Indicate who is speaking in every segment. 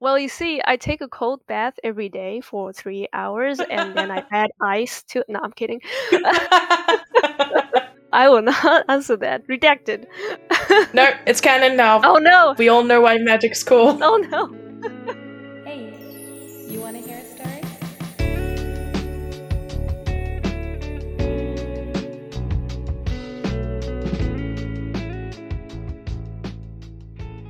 Speaker 1: Well, you see, I take a cold bath every day for three hours and then I add ice to. No, I'm kidding. I will not answer that. Redacted.
Speaker 2: no, it's canon now.
Speaker 1: Oh no!
Speaker 2: We all know why magic's cool.
Speaker 1: Oh no!
Speaker 3: Hey, you want to hear a story?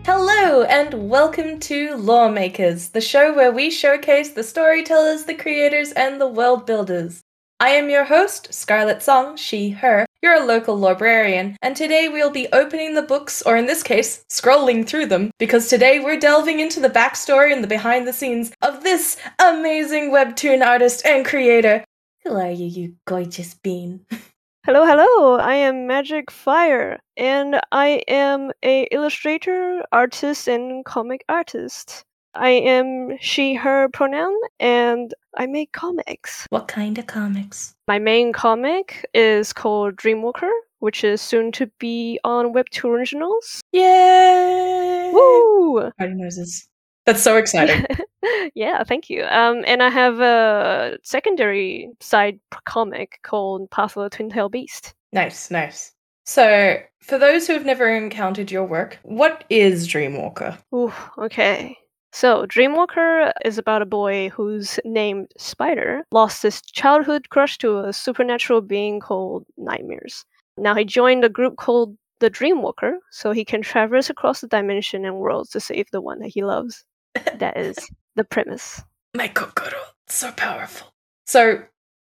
Speaker 2: Hello, and welcome to Lawmakers, the show where we showcase the storytellers, the creators, and the world builders. I am your host, Scarlett Song, she, her. You're a local librarian, and today we'll be opening the books, or in this case, scrolling through them, because today we're delving into the backstory and the behind the scenes of this amazing webtoon artist and creator. Who are you, you gorgeous bean?
Speaker 1: Hello, hello! I am Magic Fire, and I am a illustrator, artist, and comic artist. I am she/her pronoun, and I make comics.
Speaker 2: What kind of comics?
Speaker 1: My main comic is called Dreamwalker, which is soon to be on Webtoon Originals.
Speaker 2: Yay!
Speaker 1: Woo!
Speaker 2: Party noises. That's so exciting.
Speaker 1: yeah, thank you. Um, and I have a secondary side p- comic called Path of the Twin Tail Beast.
Speaker 2: Nice, nice. So, for those who have never encountered your work, what is Dreamwalker?
Speaker 1: Ooh, okay. So, Dreamwalker is about a boy who's named Spider, lost his childhood crush to a supernatural being called Nightmares. Now he joined a group called the Dreamwalker, so he can traverse across the dimension and worlds to save the one that he loves. That is the premise.
Speaker 2: My Kokoro, so powerful. So,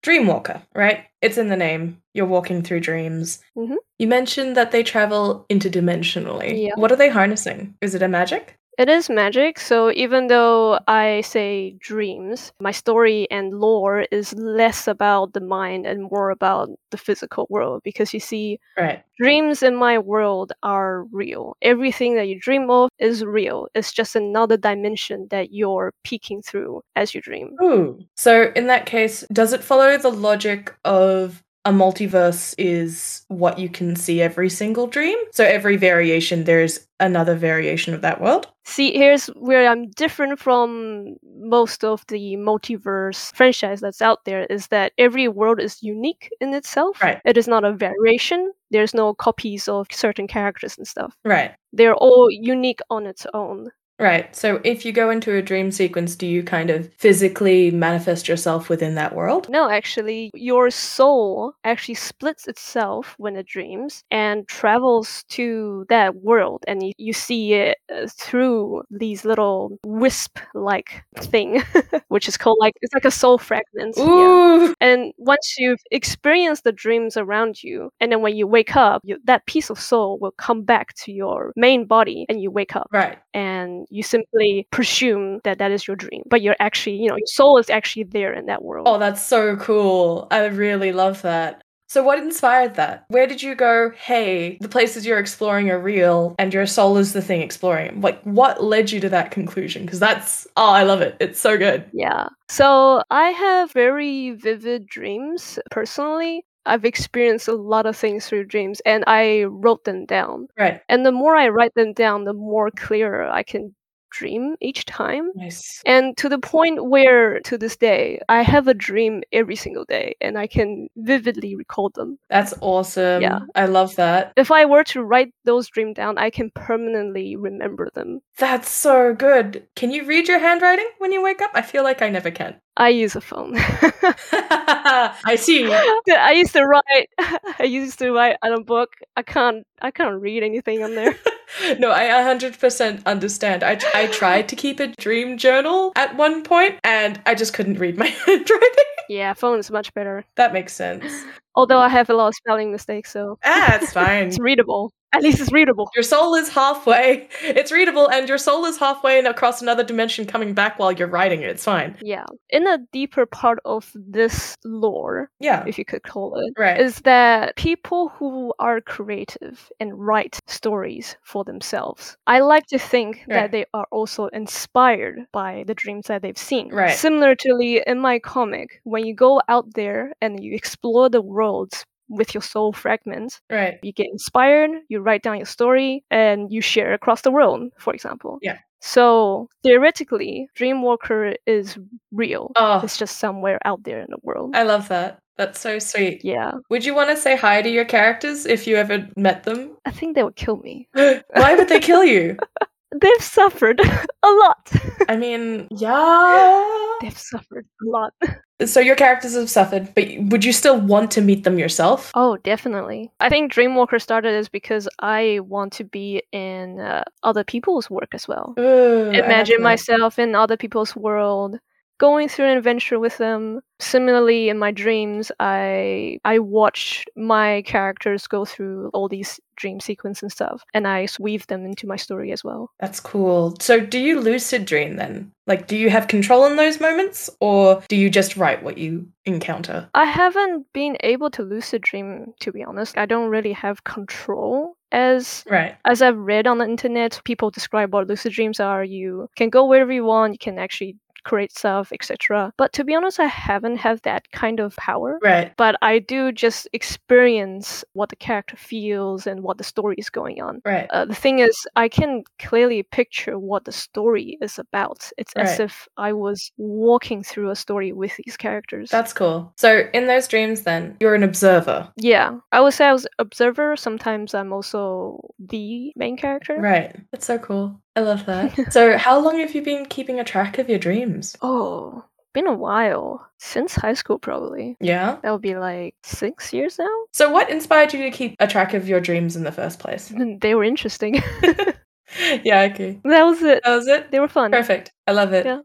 Speaker 2: Dreamwalker, right? It's in the name. You're walking through dreams.
Speaker 1: Mhm.
Speaker 2: You mentioned that they travel interdimensionally.
Speaker 1: Yeah.
Speaker 2: What are they harnessing? Is it a magic?
Speaker 1: It is magic, so even though I say dreams, my story and lore is less about the mind and more about the physical world because you see,
Speaker 2: Right.
Speaker 1: dreams in my world are real. Everything that you dream of is real. It's just another dimension that you're peeking through as you dream.
Speaker 2: Ooh. Hmm. So, in that case, does it follow the logic of a multiverse is what you can see every single dream? So, every variation, there's another variation of that world?
Speaker 1: See, here's where I'm different from most of the multiverse franchise that's out there is that every world is unique in itself.
Speaker 2: Right.
Speaker 1: It is not a variation. There's no copies of certain characters and stuff.
Speaker 2: Right.
Speaker 1: They're all unique on its own.
Speaker 2: Right. So if you go into a dream sequence, do you kind of physically manifest yourself within that world?
Speaker 1: No, actually, your soul actually splits itself when it dreams and travels to that world, and you, you see it uh, through these little wisp-like thing, which is called like it's like a soul fragment. yeah.
Speaker 2: Ooh.
Speaker 1: And once you've experienced the dreams around you, and then when you wake up, you, that piece of soul will come back to your main body, and you wake up,
Speaker 2: Right.
Speaker 1: and you simply presume that that is your dream, but you're actually, you know, your soul is actually there in that world.
Speaker 2: Oh, that's so cool. I really love that. So what inspired that? Where did you go, hey, the places you're exploring are real and your soul is the thing exploring them? Like what led you to that conclusion? Because that's oh, I love it. It's so good.
Speaker 1: Yeah. So I have very vivid dreams personally. I've experienced a lot of things through dreams, and I wrote them down.
Speaker 2: Right.
Speaker 1: And the more I write them down, the more clearer I can dream each time.
Speaker 2: Nice.
Speaker 1: And to the point where, to this day, I have a dream every single day and I can vividly recall them.
Speaker 2: That's awesome.
Speaker 1: Yeah.
Speaker 2: I love that.
Speaker 1: If I were to write those dreams down, I can permanently remember them.
Speaker 2: That's so good. Can you read your handwriting when you wake up? I feel like I never can.
Speaker 1: I use a phone.
Speaker 2: I see.
Speaker 1: I used to write. I used to write on a book. I can't. I can't read anything on there.
Speaker 2: no, I 100% understand. I, I tried to keep a dream journal at one point and I just couldn't read my handwriting.
Speaker 1: yeah, phone is much better.
Speaker 2: That makes sense.
Speaker 1: Although I have a lot of spelling mistakes, so
Speaker 2: Ah, it's fine.
Speaker 1: it's readable. At least it's readable.
Speaker 2: Your soul is halfway. It's readable and your soul is halfway and across another dimension coming back while you're writing it. It's fine.
Speaker 1: Yeah. In a deeper part of this lore,
Speaker 2: Yeah.
Speaker 1: if you could call it,
Speaker 2: Right.
Speaker 1: is that people who are creative and write stories for themselves, I like to think
Speaker 2: Right.
Speaker 1: that they are also inspired by the dreams that they've seen.
Speaker 2: Right.
Speaker 1: Similarly, in my comic, when you go out there and you explore the worlds with your soul fragments,
Speaker 2: right.
Speaker 1: you get inspired, you write down your story, and you share across the world, for example.
Speaker 2: Yeah.
Speaker 1: So theoretically, Dreamwalker is real.
Speaker 2: Oh,
Speaker 1: It's just somewhere out there in the world.
Speaker 2: I love that. That's so sweet.
Speaker 1: yeah,
Speaker 2: Would you want to say hi to your characters if you ever met them?
Speaker 1: I think they would kill me.
Speaker 2: Why would they kill you?
Speaker 1: They've suffered a lot.
Speaker 2: I mean, yeah.
Speaker 1: They've suffered a lot.
Speaker 2: So your characters have suffered, but would you still want to meet them yourself?
Speaker 1: Oh, definitely. I think Dreamwalker started is because I want to be in uh, other people's work as well.
Speaker 2: Ooh, I
Speaker 1: Imagine
Speaker 2: love that.
Speaker 1: myself in other people's world, going through an adventure with them. Similarly, in my dreams, I I watch my characters go through all these dream sequences and stuff, and I s- weave them into my story as well.
Speaker 2: That's cool. So, do you lucid dream then? Like, do you have control in those moments, or do you just write what you encounter?
Speaker 1: I haven't been able to lucid dream, to be honest. I don't really have control as
Speaker 2: Right.
Speaker 1: as I've read on the internet, people describe what lucid dreams are. You can go wherever you want, you can actually create stuff, etc. But to be honest, I haven't had that kind of power.
Speaker 2: Right.
Speaker 1: But I do just experience what the character feels and what the story is going on.
Speaker 2: Right.
Speaker 1: Uh, the thing is, I can clearly picture what the story is about. It's as
Speaker 2: Right.
Speaker 1: if I was walking through a story with these characters.
Speaker 2: That's cool. So, in those dreams, then, you're an observer.
Speaker 1: yeah, I would say I was observer. Sometimes I'm also the main character.
Speaker 2: Right. That's so cool. I love that. so, how long have you been keeping a track of your dreams?
Speaker 1: Oh, been a while. Since high school, probably.
Speaker 2: Yeah.
Speaker 1: That would be like six years now?
Speaker 2: So, what inspired you to keep a track of your dreams in the first place?
Speaker 1: They were interesting.
Speaker 2: yeah, okay.
Speaker 1: that was it.
Speaker 2: That was it.
Speaker 1: They were fun.
Speaker 2: Perfect. I love it.
Speaker 1: Yeah.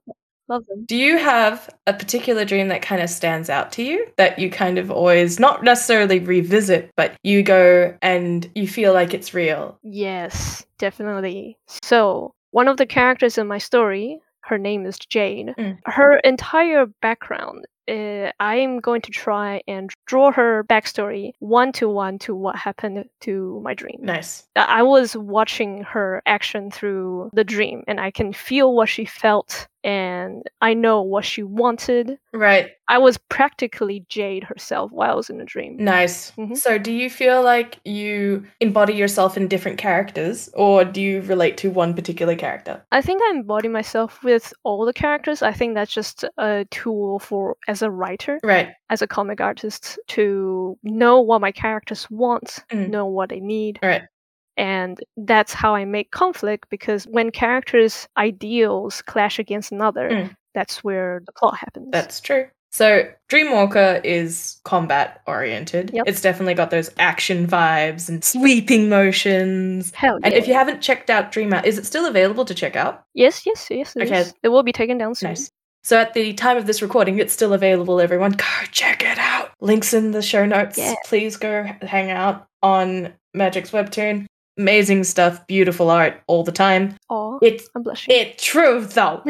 Speaker 1: Love them.
Speaker 2: Do you have a particular dream that kind of stands out to you that you kind of always not necessarily revisit, but you go and you feel like it's real?
Speaker 1: Yes, definitely. So, one of the characters in my story, her name is Jane.
Speaker 2: Mm.
Speaker 1: Her entire background, uh, I'm going to try and draw her backstory one to one to what happened to my dream.
Speaker 2: Nice.
Speaker 1: I I was watching her action through the dream, and I can feel what she felt, and I know what she wanted.
Speaker 2: Right.
Speaker 1: I was practically Jade herself while I was in a dream.
Speaker 2: Nice.
Speaker 1: Mhm.
Speaker 2: So, do you feel like you embody yourself in different characters or do you relate to one particular character?
Speaker 1: I think I embody myself with all the characters. I think that's just a tool for, as a writer,
Speaker 2: Right.
Speaker 1: as a comic artist, to know what my characters want,
Speaker 2: Mm.
Speaker 1: know what they need.
Speaker 2: Right.
Speaker 1: And that's how I make conflict because when characters' ideals clash against another,
Speaker 2: Mm.
Speaker 1: that's where the plot happens.
Speaker 2: That's true. So, Dreamwalker is combat oriented.
Speaker 1: Yep.
Speaker 2: It's definitely got those action vibes and sweeping motions.
Speaker 1: Hell yeah.
Speaker 2: And if you haven't checked out Dream Out, is it still available to check out?
Speaker 1: yes, yes, yes, it
Speaker 2: Okay.
Speaker 1: is. It will be taken down soon.
Speaker 2: Nice. So at the time of this recording, it's still available, everyone. Go check it out. Links in the show notes.
Speaker 1: Yeah.
Speaker 2: Please go h- hang out on Magic's Webtoon. Amazing stuff, beautiful art all the time.
Speaker 1: Aw,
Speaker 2: It's
Speaker 1: I'm blushing.
Speaker 2: it true though.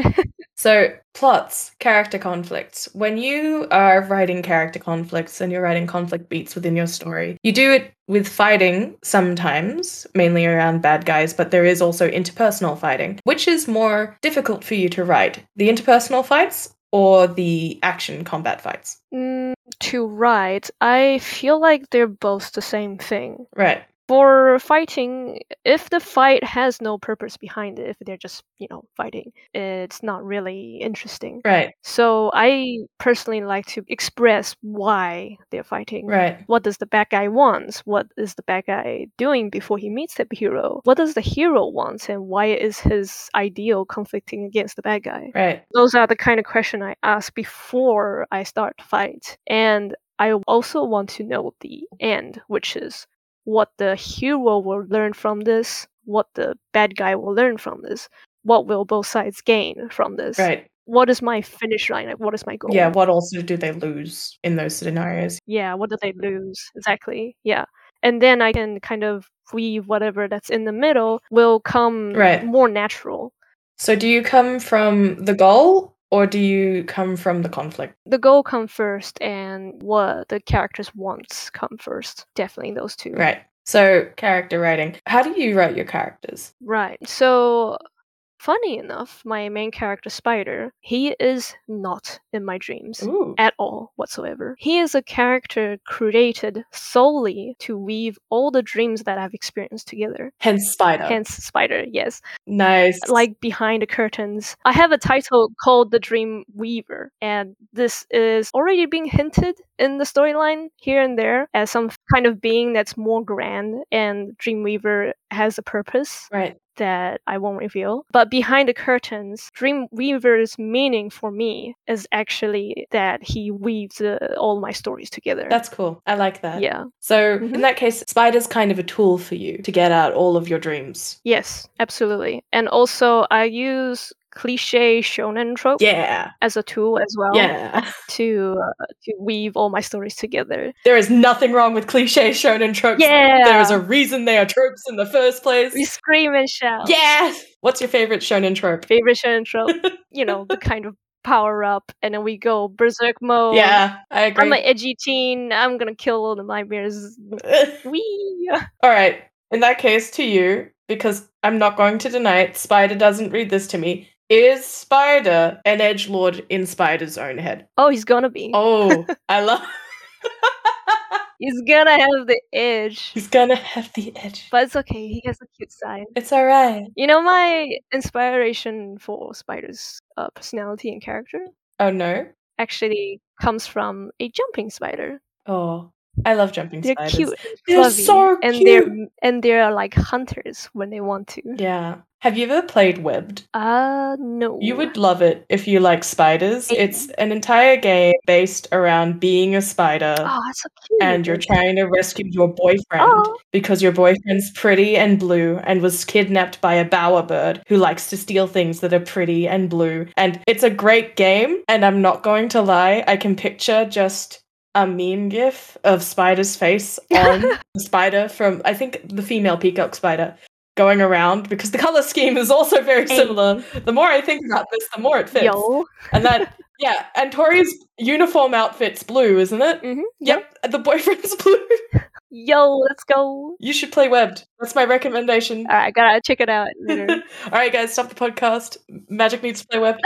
Speaker 2: so plots, character conflicts. When you are writing character conflicts and you're writing conflict beats within your story, you do it with fighting sometimes, mainly around bad guys, but there is also interpersonal fighting, which is more difficult for you to write. The interpersonal fights or the action combat fights.
Speaker 1: Mm, to write, I feel like they're both the same thing.
Speaker 2: Right.
Speaker 1: For fighting, if the fight has no purpose behind it, if they're just, you know, fighting, it's not really interesting.
Speaker 2: Right.
Speaker 1: So I personally like to express why they're fighting.
Speaker 2: Right.
Speaker 1: What does the bad guy want? What is the bad guy doing before he meets the hero? What does the hero want, and why is his ideal conflicting against the bad guy?
Speaker 2: Right.
Speaker 1: Those are the kind of question I ask before I start the fight, and I also want to know the end, which is what the hero will learn from this, what the bad guy will learn from this, what will both sides gain from this.
Speaker 2: Right.
Speaker 1: What is my finish line? Like, what is my goal?
Speaker 2: Yeah, what also do they lose in those scenarios?
Speaker 1: yeah what do they lose exactly yeah and then i can kind of weave whatever that's in the middle will come
Speaker 2: Right.
Speaker 1: more natural
Speaker 2: So do you come from the goal or do you come from the conflict?
Speaker 1: the goal come first and what the characters wants come first definitely those two
Speaker 2: Right. So character writing. How do you write your characters?
Speaker 1: right so Funny enough, my main character, Spider, he is not in my dreams
Speaker 2: Ooh.
Speaker 1: at all whatsoever. He is a character created solely to weave all the dreams that I've experienced together.
Speaker 2: Hence spider.
Speaker 1: Hence, Spider, yes.
Speaker 2: nice.
Speaker 1: Like behind the curtains. I have a title called The Dream Weaver, and this is already being hinted in the storyline here and there as some kind of being that's more grand, and Dream Weaver has a purpose
Speaker 2: right.
Speaker 1: that I won't reveal. But behind the curtains, Dreamweaver's meaning for me is actually that he weaves uh, all my stories together.
Speaker 2: That's cool. I like that.
Speaker 1: yeah.
Speaker 2: So
Speaker 1: Mhm.
Speaker 2: in that case, spider's kind of a tool for you to get out all of your dreams.
Speaker 1: Yes, absolutely. And also, I use cliche shonen trope
Speaker 2: Yeah.
Speaker 1: as a tool as well
Speaker 2: Yeah.
Speaker 1: to uh, to weave all my stories together.
Speaker 2: There is nothing wrong with cliche shonen tropes.
Speaker 1: Yeah.
Speaker 2: There is a reason they are tropes in the first place.
Speaker 1: we scream and shout.
Speaker 2: Yeah. What's your favorite shonen trope?
Speaker 1: Favorite shonen trope, you know, the kind of power up and then we go berserk mode.
Speaker 2: Yeah, I agree.
Speaker 1: I'm an edgy teen. I'm gonna kill all the nightmares. Wee.
Speaker 2: All right. In that case, to you, because I'm not going to deny it, Spider doesn't read this to me. Is Spider an edge lord in Spider's own head?
Speaker 1: Oh, he's gonna be.
Speaker 2: Oh, I love.
Speaker 1: He's gonna have the edge.
Speaker 2: He's gonna have the edge.
Speaker 1: But it's okay, he has a cute side.
Speaker 2: It's all right.
Speaker 1: You know my inspiration for Spider's uh, personality and character
Speaker 2: Oh no.
Speaker 1: actually comes from a jumping spider.
Speaker 2: Oh, I love jumping
Speaker 1: They're
Speaker 2: spiders.
Speaker 1: cute,
Speaker 2: They're
Speaker 1: fluffy,
Speaker 2: so
Speaker 1: and
Speaker 2: cute.
Speaker 1: they're and they're like hunters when they want to.
Speaker 2: Yeah. Have you ever played Webbed?
Speaker 1: Uh no.
Speaker 2: You would love it if you like spiders.
Speaker 1: Yeah.
Speaker 2: It's an entire game based around being a spider.
Speaker 1: Oh, that's so cute.
Speaker 2: and you're trying to rescue your boyfriend
Speaker 1: Oh.
Speaker 2: because your boyfriend's pretty and blue and was kidnapped by a bowerbird who likes to steal things that are pretty and blue. And it's a great game, and I'm not going to lie, I can picture just a mean gif of Spider's face on the spider from, I think, the female peacock spider going around because the color scheme is also very
Speaker 1: Hey.
Speaker 2: similar. The more I think about this, the more it fits.
Speaker 1: Yo.
Speaker 2: And that, yeah, and Tori's uniform outfit's blue, isn't it?
Speaker 1: hmm
Speaker 2: Yep, the boyfriend's blue.
Speaker 1: Yo, let's go.
Speaker 2: You should play Webbed. That's my recommendation.
Speaker 1: All right, gotta check it out
Speaker 2: All
Speaker 1: later.
Speaker 2: right, guys, stop the podcast. Magic needs to play Webbed.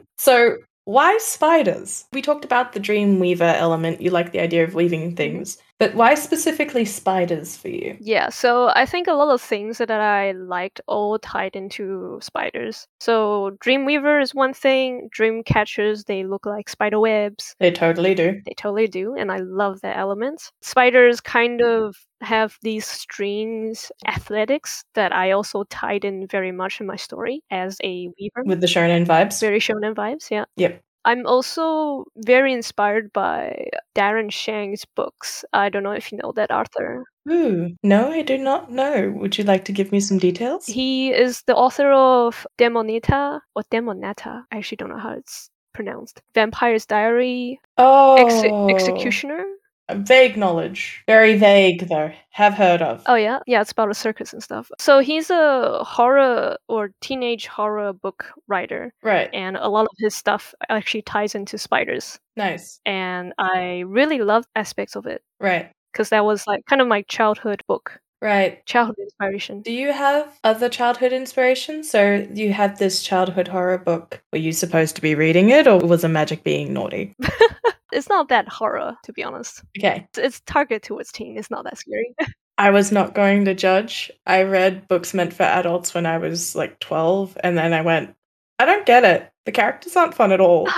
Speaker 2: so, why spiders? We talked about the dream weaver element. You like the idea of weaving things, but why specifically spiders for you?
Speaker 1: Yeah, so I think a lot of things that I liked all tied into spiders. So Dreamweaver is one thing, Dreamcatchers, they look like spider webs.
Speaker 2: They totally do.
Speaker 1: They totally do, and I love that element. Spiders kind of have these strings athletics that I also tied in very much in my story as a weaver.
Speaker 2: With the shonen vibes.
Speaker 1: Very shonen vibes, yeah.
Speaker 2: Yep.
Speaker 1: I'm also very inspired by Darren Shang's books. I don't know if you know that author.
Speaker 2: Ooh, no, I do not know. Would you like to give me some details?
Speaker 1: He is the author of Demonita or Demonata. I actually don't know how it's pronounced. Vampire's Diary,
Speaker 2: oh,
Speaker 1: Exe- Executioner.
Speaker 2: Vague knowledge. Very vague, though. Have heard of.
Speaker 1: Oh yeah, yeah, it's about a circus and stuff. So he's a horror or teenage horror book writer,
Speaker 2: Right.
Speaker 1: and a lot of his stuff actually ties into spiders.
Speaker 2: Nice.
Speaker 1: And I really love aspects of it
Speaker 2: Right.
Speaker 1: because that was like kind of my childhood book,
Speaker 2: Right.
Speaker 1: childhood inspiration.
Speaker 2: Do you have other childhood inspirations? So you had this childhood horror book. Were you supposed to be reading it or was a magic being naughty?
Speaker 1: It's not that horror, to be honest.
Speaker 2: Okay.
Speaker 1: It's, it's targeted towards teen. It's not that scary.
Speaker 2: I was not going to judge. I read books meant for adults when I was like 12 and then I went, I don't get it. The characters aren't fun at all.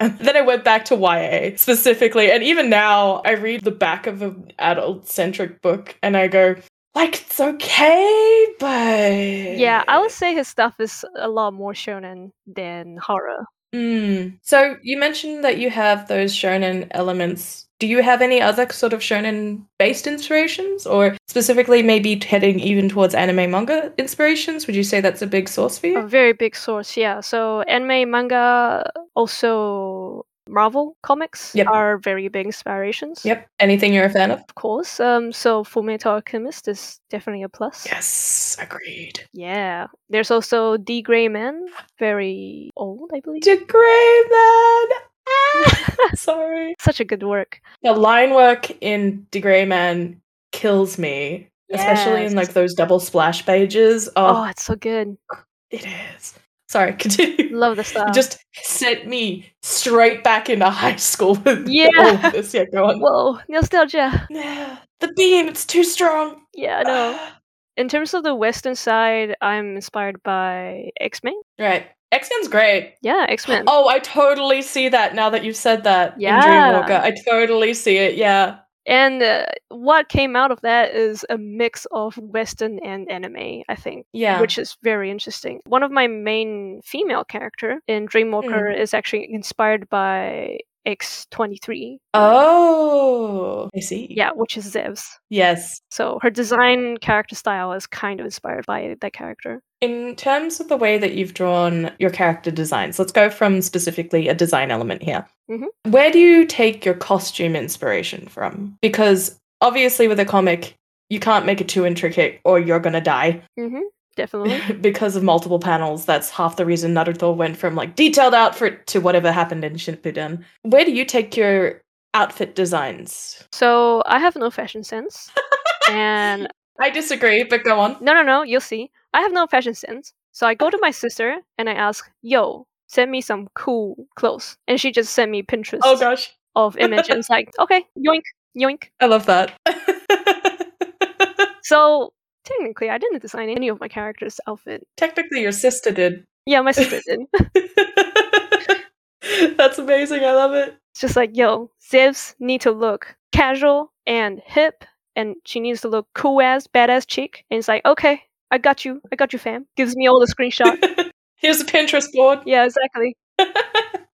Speaker 2: and then I went back to YA specifically and even now I read the back of an adult centric book and I go, like it's okay, but
Speaker 1: Yeah, I would say his stuff is a lot more shonen than horror.
Speaker 2: Mm. So you mentioned that you have those shonen elements. Do you have any other sort of shonen based inspirations or specifically maybe heading even towards anime manga inspirations? Would you say that's a big source for you?
Speaker 1: A very big source, yeah. So anime, manga, also Marvel comics
Speaker 2: Yep.
Speaker 1: are very big inspirations.
Speaker 2: Yep. Anything you're a fan of?
Speaker 1: Of course. Um, so Fullmetal Alchemist is definitely a plus.
Speaker 2: Yes, agreed.
Speaker 1: Yeah. There's also D. Gray Man, very old, I believe.
Speaker 2: The Grey Man. Ah, sorry.
Speaker 1: Such a good work.
Speaker 2: The line work in De Grey Man kills me, especially in
Speaker 1: Yes.
Speaker 2: like those double splash pages.
Speaker 1: Oh,
Speaker 2: Oh,
Speaker 1: it's so good.
Speaker 2: It is. Sorry, continue.
Speaker 1: Love the style.
Speaker 2: Just sent me straight back into high school with
Speaker 1: Yeah.
Speaker 2: all of this. Yeah, go on.
Speaker 1: Whoa, nostalgia.
Speaker 2: Nah, the beam, it's too strong.
Speaker 1: Yeah, I know. In terms of the western side, I'm inspired by X Men.
Speaker 2: right. X Men's great.
Speaker 1: Yeah, X Men.
Speaker 2: Oh, I totally see that now that you've said that
Speaker 1: Yeah.
Speaker 2: in Dreamwalker. I totally see it. Yeah.
Speaker 1: And uh, what came out of that is a mix of western and anime, I think.
Speaker 2: Yeah.
Speaker 1: which is very interesting. One of my main female character in Dreamwalker is actually inspired by X23.
Speaker 2: oh. I see.
Speaker 1: Yeah, which is Zev's.
Speaker 2: Yes.
Speaker 1: So her design character style is kind of inspired by that character.
Speaker 2: In terms of the way that you've drawn your character designs, let's go from specifically a design element here.
Speaker 1: Mhm.
Speaker 2: Where do you take your costume inspiration from? Because obviously, with a comic, you can't make it too intricate or you're going to die
Speaker 1: hmm definitely.
Speaker 2: because of multiple panels. That's half the reason Naruto went from like detailed outfit to whatever happened in Shippuden. Where do you take your outfit designs?
Speaker 1: so I have no fashion sense. and
Speaker 2: I disagree, but go on.
Speaker 1: no, no, no, you'll see. I have no fashion sense. So I go to my sister and I ask, yo, send me some cool clothes. And she just sent me Pinterest
Speaker 2: Oh gosh,
Speaker 1: of images. and it's like, okay, yoink, yoink.
Speaker 2: I love that.
Speaker 1: So technically, I didn't design any of my character's outfit.
Speaker 2: Technically, your sister did.
Speaker 1: Yeah, my sister did.
Speaker 2: That's amazing. I love it.
Speaker 1: It's just like, yo, Zivs need to look casual and hip, and she needs to look cool ass, badass chick. And it's like, okay, I got you, I got you, fam. Gives me all the screenshot.
Speaker 2: Here's a Pinterest board.
Speaker 1: yeah, exactly.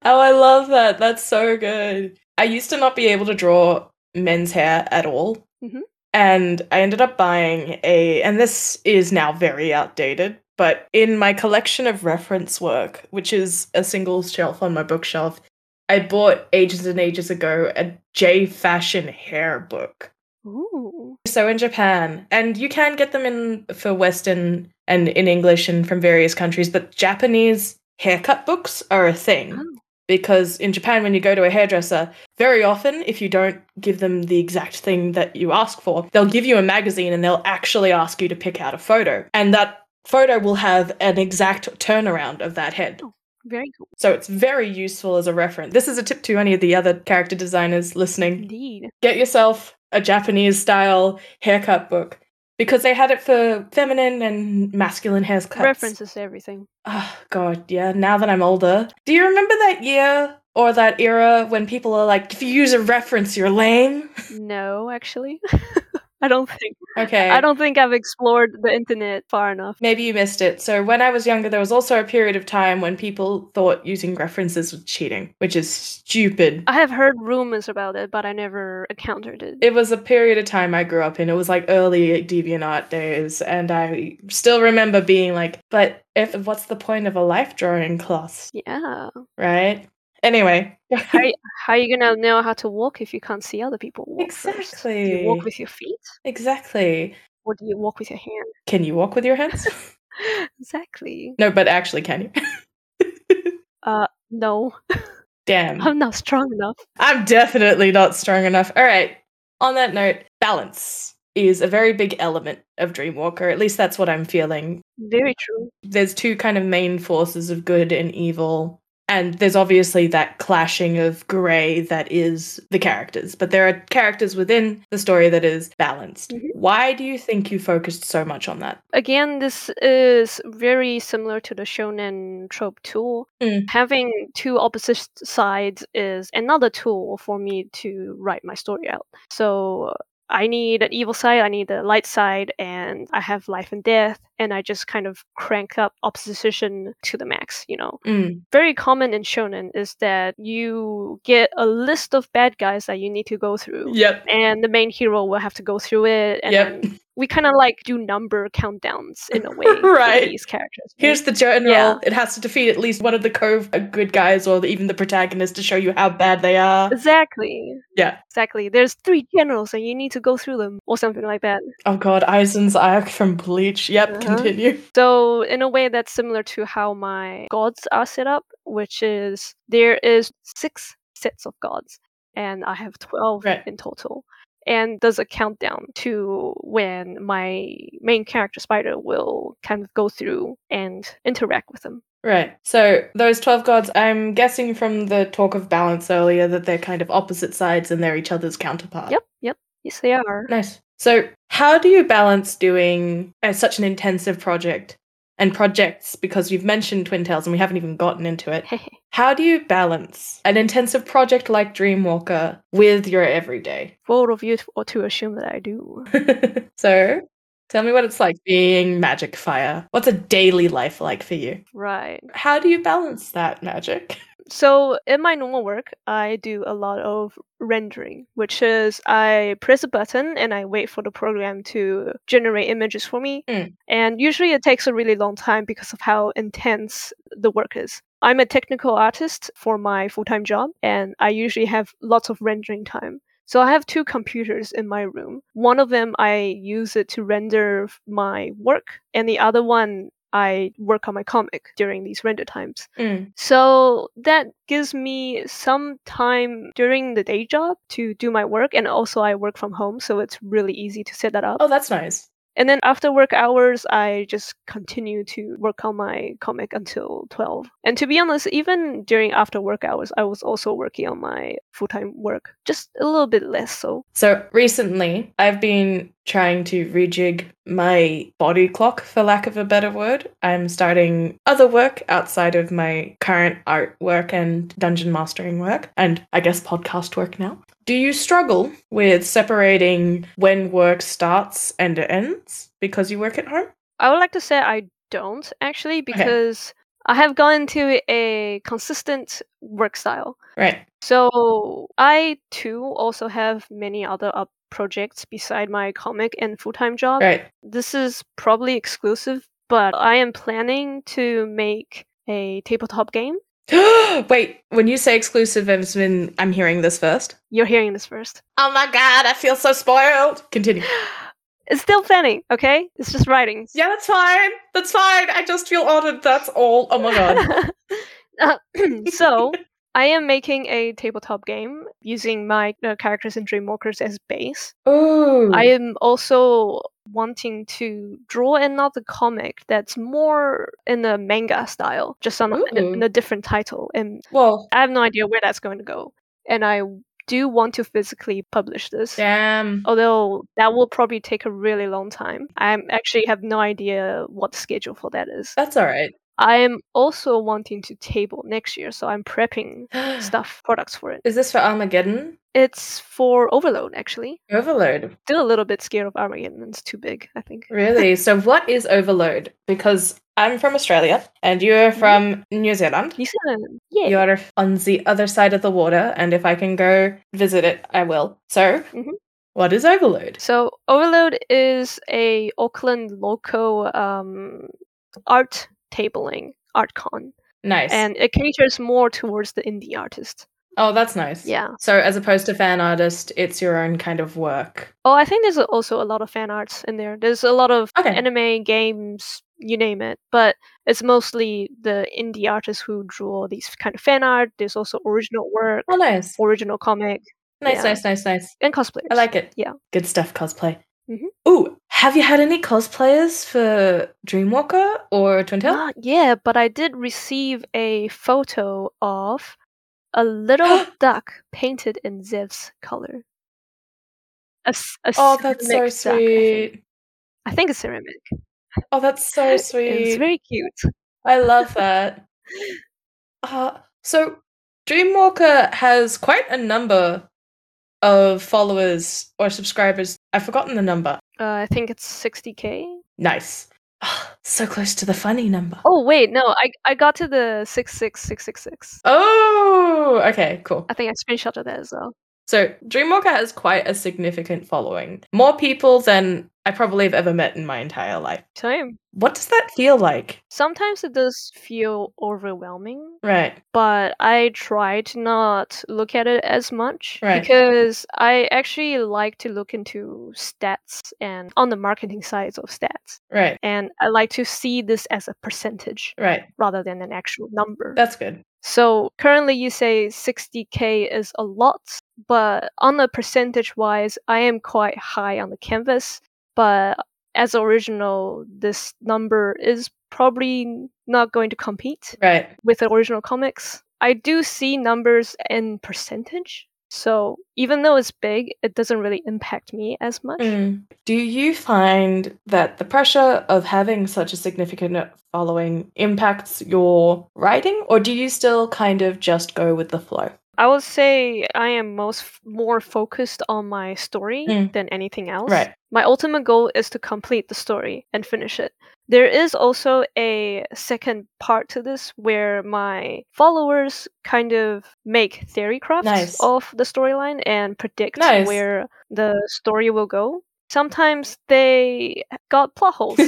Speaker 2: Oh, I love that. That's so good. I used to not be able to draw men's hair at all.
Speaker 1: Mhm.
Speaker 2: And I ended up buying a, and this is now very outdated, but in my collection of reference work, which is a single shelf on my bookshelf, I bought ages and ages ago a J Fashion hair book.
Speaker 1: Ooh.
Speaker 2: So in Japan, and you can get them in for Western and in English and from various countries, but Japanese haircut books are a thing.
Speaker 1: Oh.
Speaker 2: Because in Japan, when you go to a hairdresser, very often, if you don't give them the exact thing that you ask for, they'll give you a magazine and they'll actually ask you to pick out a photo. And that photo will have an exact turnaround of that head.
Speaker 1: Very cool.
Speaker 2: So it's very useful as a reference. This is a tip to any of the other character designers listening
Speaker 1: Indeed.
Speaker 2: get yourself a Japanese style haircut book because they had it for feminine and masculine haircuts.
Speaker 1: References to everything.
Speaker 2: Oh god, yeah. Now that I'm older, do you remember that year or that era when people are like, if you use a reference, you're lame?
Speaker 1: No, actually. I don't think
Speaker 2: Okay.
Speaker 1: I don't think I've explored the internet far enough.
Speaker 2: Maybe you missed it. So when I was younger, there was also a period of time when people thought using references was cheating, which is stupid.
Speaker 1: I have heard rumors about it, but I never encountered it.
Speaker 2: it was a period of time I grew up in. It was like early DeviantArt days, and I still remember being like, "But if what's the point of a life drawing class,
Speaker 1: yeah.
Speaker 2: right?" Anyway,
Speaker 1: how, y- how you gonna know how to walk if you can't see other people walk first? Do you
Speaker 2: Exactly.
Speaker 1: walk with your feet
Speaker 2: exactly.
Speaker 1: or do you walk with your hand?
Speaker 2: Can you walk with your hands?
Speaker 1: Exactly. Uh,
Speaker 2: no, but actually, can you?
Speaker 1: No,
Speaker 2: Damn,
Speaker 1: I'm not strong enough.
Speaker 2: I'm definitely not strong enough. All right. On that note, balance is a very big element of Dreamwalker. At least that's what I'm feeling
Speaker 1: Very true.
Speaker 2: there's two kind of main forces of good and evil and there's obviously that clashing of gray that is the characters but there are characters within the story that is balanced
Speaker 1: Mhm.
Speaker 2: why do you think you focused so much on that
Speaker 1: Again, this is very similar to the shonen trope tool.
Speaker 2: Mm.
Speaker 1: Having two opposite sides is another tool for me to write my story out. So I need an evil side, I need a light side, and I have life and death, and I just kind of crank up opposition to the max, you know.
Speaker 2: mm.
Speaker 1: very common in shonen is that you get a list of bad guys that you need to go through
Speaker 2: yep
Speaker 1: and the main hero will have to go through it and
Speaker 2: yep
Speaker 1: then we kind of like do number countdowns in a way for
Speaker 2: Right.
Speaker 1: these characters right?
Speaker 2: here's the general
Speaker 1: Yeah.
Speaker 2: it has to defeat at least one of the co good guys or even the protagonist to show you how bad they are
Speaker 1: exactly
Speaker 2: Yeah.
Speaker 1: exactly there's three generals and you need to go through them or something like that
Speaker 2: oh god Aizen's arc from bleach yep
Speaker 1: Uh-huh.
Speaker 2: continue
Speaker 1: So, in a way, that's similar to how my gods are set up, which is there is six sets of gods, and I have twelve
Speaker 2: Right.
Speaker 1: in total. and does a countdown to when my main character Spider will kind of go through and interact with them.
Speaker 2: Right. So those 12 gods, I'm guessing from the talk of balance earlier that they're kind of opposite sides and they're each other's counterpart.
Speaker 1: Yep, yep. Yes, they are.
Speaker 2: Nice. So, how do you balance doing uh, such an intensive project and projects because you've mentioned Twin Tails and we haven't even gotten into it? How do you balance an intensive project like Dreamwalker with your everyday?
Speaker 1: Bold of you to- or to assume that I do.
Speaker 2: so, tell me what it's like being Magic Fire. What's a daily life like for you?
Speaker 1: Right.
Speaker 2: How do you balance that magic?
Speaker 1: So, in my normal work, I do a lot of rendering, which is I press a button and I wait for the program to generate images for me.
Speaker 2: Mm.
Speaker 1: And usually it takes a really long time because of how intense the work is. I'm a technical artist for my full time job, and I usually have lots of rendering time. So I have two computers in my room. One of them I use it to render f- my work, and the other one I work on my comic during these render times.
Speaker 2: Mm.
Speaker 1: So that gives me some time during the day job to do my work, and also I work from home, so it's really easy to set that up.
Speaker 2: Oh, that's nice.
Speaker 1: And then after work hours, I just continue to work on my comic until 12. And to be honest, even during after work hours, I was also working on my full time work, just a little bit less so.
Speaker 2: So recently, I've been trying to rejig my body clock, for lack of a better word. I'm starting other work outside of my current art work and dungeon mastering work, and I guess podcast work now. Do you struggle with separating when work starts and ends because you work at home?
Speaker 1: I would like to say I don't actually, because I have gone into a consistent work style.
Speaker 2: Right.
Speaker 1: So I too also have many other up projects beside my comic and full time job.
Speaker 2: Right.
Speaker 1: This is probably exclusive, but I am planning to make a tabletop game.
Speaker 2: Wait, when you say exclusive, I've been- I'm hearing this first.
Speaker 1: You're hearing this first.
Speaker 2: Oh my god, I feel so spoiled. Continue.
Speaker 1: It's still planning, okay? It's just writing.
Speaker 2: Yeah, that's fine. That's fine. I just feel honored. That's all. Oh my god.
Speaker 1: Uh, so I am making a tabletop game using my uh, characters and Dreamwalkers as base.
Speaker 2: Ooh.
Speaker 1: I am also wanting to draw another comic that's more in the manga style, just on a,
Speaker 2: Ooh.
Speaker 1: in a different title. And
Speaker 2: well,
Speaker 1: I have no idea where that's going to go. And I do want to physically publish this.
Speaker 2: damn.
Speaker 1: Oh. Although that will probably take a really long time. I actually have no idea what the schedule for that is.
Speaker 2: That's all right.
Speaker 1: I am also wanting to table next year, so I'm prepping stuff, products for it.
Speaker 2: Is this for Armageddon?
Speaker 1: It's for Overload, actually.
Speaker 2: Overload.
Speaker 1: Still a little bit scared of Armageddon. It's too big, I think.
Speaker 2: Really? so, what is Overload? Because I'm from Australia and you're from New Zealand.
Speaker 1: New Zealand. Mm-hmm. Yeah.
Speaker 2: You're on the other side of the water, and if I can go visit it, I will. So,
Speaker 1: Mhm.
Speaker 2: what is Overload?
Speaker 1: So Overload is a Auckland local um, art tabling art con,
Speaker 2: Nice.
Speaker 1: and it caters more towards the indie artist.
Speaker 2: oh, that's nice.
Speaker 1: Yeah.
Speaker 2: So, as opposed to fan artist, it's your own kind of work.
Speaker 1: Oh, I think there's also a lot of fan arts in there. There's a lot of
Speaker 2: Okay.
Speaker 1: anime games, you name it, but it's mostly the indie artists who draw these kind of fan art. There's also original work,
Speaker 2: oh, nice.
Speaker 1: original comic,
Speaker 2: Nice,
Speaker 1: Yeah.
Speaker 2: nice, nice, nice.
Speaker 1: and cosplayers.
Speaker 2: I like it.
Speaker 1: Yeah.
Speaker 2: Good stuff, cosplay.
Speaker 1: Mhm.
Speaker 2: Ooh, have you had any cosplayers for Dreamwalker or Twin Tail?
Speaker 1: Not yet, but I did receive a photo of a little duck painted in Zev's color. A, s- a
Speaker 2: oh, that's so
Speaker 1: ceramic duck, I think.
Speaker 2: sweet.
Speaker 1: I think it's ceramic.
Speaker 2: Oh, that's so
Speaker 1: It's
Speaker 2: sweet.
Speaker 1: very cute.
Speaker 2: I love that. uh, so, Dreamwalker has quite a number of followers or subscribers. I've forgotten the number.
Speaker 1: Uh, I think it's 60k.
Speaker 2: Nice. Ah, so close to the funny number.
Speaker 1: Oh wait, no, I I got to the 66666.
Speaker 2: Oh, okay, cool.
Speaker 1: I think I screenshotted that as well.
Speaker 2: So Dreamwalker has quite a significant following. More people than I probably have ever met in my entire life.
Speaker 1: Time.
Speaker 2: What does that feel like?
Speaker 1: Sometimes it does feel overwhelming
Speaker 2: Right.
Speaker 1: but I try to not look at it as much
Speaker 2: Right.
Speaker 1: because I actually like to look into stats and on the marketing sides of stats.
Speaker 2: Right.
Speaker 1: And I like to see this as a percentage
Speaker 2: Right.
Speaker 1: rather than an actual number.
Speaker 2: That's good.
Speaker 1: so currently you say 60k is a lot, but on the percentage wise, I am quite high on the canvas. But as original, this number is probably not going to compete
Speaker 2: Right.
Speaker 1: with the original comics. I do see numbers in percentage. So even though it's big, it doesn't really impact me as much.
Speaker 2: Mm. Do you find that the pressure of having such a significant following impacts your writing, or do you still kind of just go with the flow?
Speaker 1: I would say I am most more focused on my story
Speaker 2: Mm.
Speaker 1: than anything else.
Speaker 2: Right.
Speaker 1: My ultimate goal is to complete the story and finish it. There is also a second part to this where my followers kind of make theory crafts
Speaker 2: Nice.
Speaker 1: of the storyline and predict
Speaker 2: Nice.
Speaker 1: where the story will go. Sometimes they got plot holes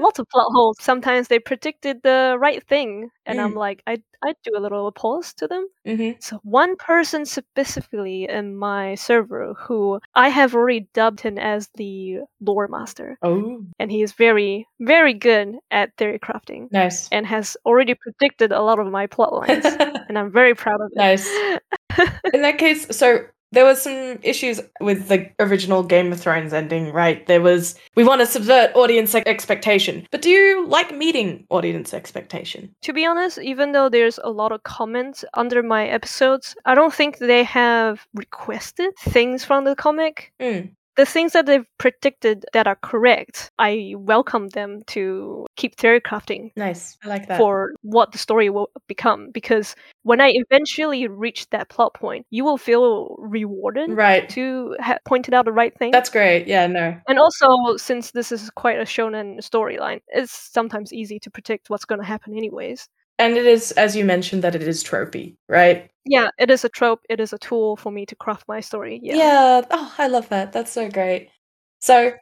Speaker 1: lots of plot holes. Sometimes they predicted the right thing, and
Speaker 2: Mm.
Speaker 1: I'm like, I I do a little pause to them.
Speaker 2: Mhm.
Speaker 1: So one person specifically in my server who I have already dubbed him as the lore master,
Speaker 2: Oh,
Speaker 1: and he is very very good at theory crafting
Speaker 2: nice.
Speaker 1: and has already predicted a lot of my plot lines, and I'm very proud of it.
Speaker 2: Nice. In that case, so there was some issues with the original Game of Thrones ending, right? There was we want to subvert audience ex- expectation, but do you like meeting audience expectation?
Speaker 1: to be honest, even though there's a lot of comments under my episodes, I don't think they have requested things from the comic.
Speaker 2: Mm.
Speaker 1: The things that they've predicted that are correct, I welcome them to keep theory crafting
Speaker 2: Nice, I like that.
Speaker 1: for what the story will become. Because when I eventually reach that plot point, you will feel rewarded
Speaker 2: right,
Speaker 1: to have pointed out the right thing.
Speaker 2: that's great. Yeah, no,
Speaker 1: and also, since this is quite a shonen storyline, it's sometimes easy to predict what's going to happen, anyways.
Speaker 2: and it is as you mentioned that it is tropey, right?
Speaker 1: yeah it is a trope it is a tool for me to craft my story yeah,
Speaker 2: Yeah. Oh, I love that. That's so great. So,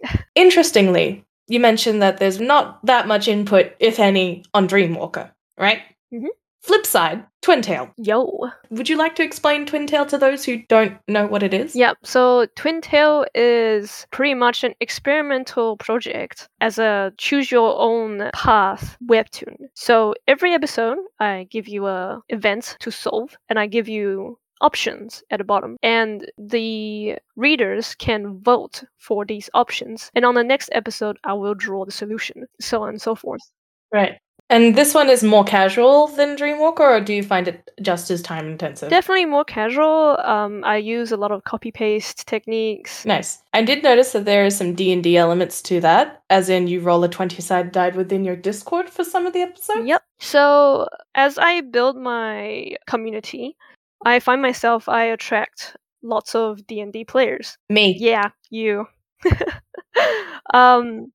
Speaker 2: interestingly, you mentioned that there's not that much input, if any, on Dreamwalker, right?
Speaker 1: Mhm.
Speaker 2: Flip side, Twin Tail.
Speaker 1: yo
Speaker 2: Would you like to explain Twin Tail to those who don't know what it is?
Speaker 1: yeah so twin tail is pretty much an experimental project as a choose your own path webtoon so every episode i give you a event to solve and i give you options at the bottom and the readers can vote for these options and on the next episode i will draw the solution so on and so forth
Speaker 2: Right. And this one is more casual than Dreamwalker, or do you find it just as time intensive?
Speaker 1: Definitely more casual. Um, I use a lot of copy paste techniques.
Speaker 2: Nice. I did notice that there is some D and D elements to that, as in you roll a twenty sided die within your Discord for some of the episodes.
Speaker 1: Yep. So as I build my community, I find myself I attract lots of D and D players.
Speaker 2: Me.
Speaker 1: Yeah, you. um,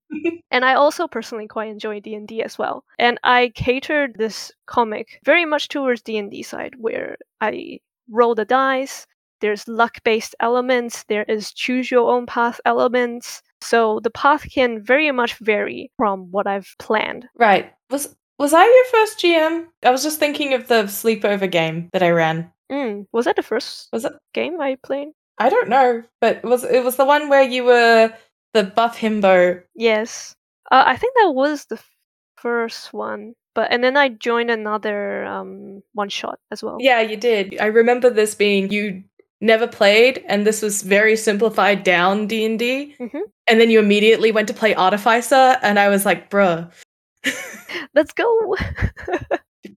Speaker 1: and I also personally quite enjoy D and D as well. And I catered this comic very much towards D and D side, where I roll the dice. There's luck-based elements. There is choose-your-own-path elements. So the path can very much vary from what I've planned.
Speaker 2: Right. Was was I your first GM? I was just thinking of the sleepover game that I ran.
Speaker 1: Mm, was that the first
Speaker 2: Was it?
Speaker 1: game I played?
Speaker 2: I don't know, but it was it was the one where you were the buff himbo.
Speaker 1: Yes. Uh, I think that was the f- first one. But and then I joined another um one shot as well.
Speaker 2: Yeah, you did. I remember this being you never played, and this was very simplified down D and D.
Speaker 1: Mhm.
Speaker 2: And then you immediately went to play Artificer, and I was like, bruh,
Speaker 1: Let's go.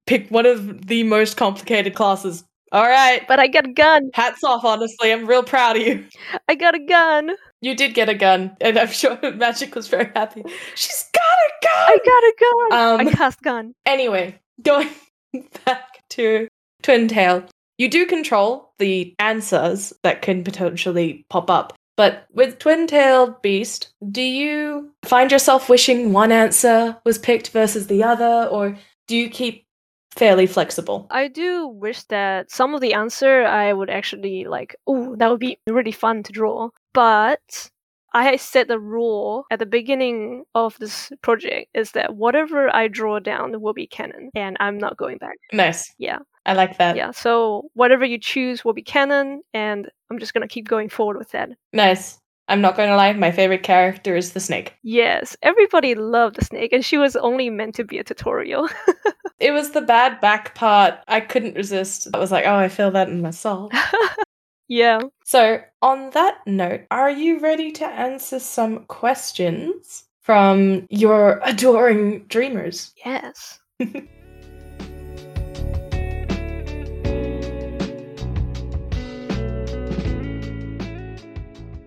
Speaker 2: pick one of the most complicated classes. All right.
Speaker 1: but I got a gun.
Speaker 2: Hats off, honestly. I'm real proud of you.
Speaker 1: I got a gun.
Speaker 2: You did get a gun, and I'm sure Magic was very happy. She's got a
Speaker 1: I
Speaker 2: gun!
Speaker 1: got a gun.
Speaker 2: Um,
Speaker 1: I cast gun.
Speaker 2: Anyway, going back to Twin Tail, you do control the answers that can potentially pop up. But with Twin Tailed Beast, do you find yourself wishing one answer was picked versus the other, or do you keep fairly flexible?
Speaker 1: I do wish that some of the answer I would actually like. Oh, that would be really fun to draw. But I set the rule at the beginning of this project is that whatever I draw down will be canon, and I'm not going back.
Speaker 2: Nice.
Speaker 1: Yeah.
Speaker 2: I like that.
Speaker 1: yeah so whatever you choose will be canon and i'm just going to keep going forward with that
Speaker 2: Nice. I'm not going to lie, my favorite character is the snake.
Speaker 1: yes everybody loved the snake and she was only meant to be a tutorial
Speaker 2: It was the bad back part. I couldn't resist. I was like, oh, I feel that in my soul.
Speaker 1: Yeah.
Speaker 2: So, on that note, are you ready to answer some questions from your adoring dreamers?
Speaker 1: Yes.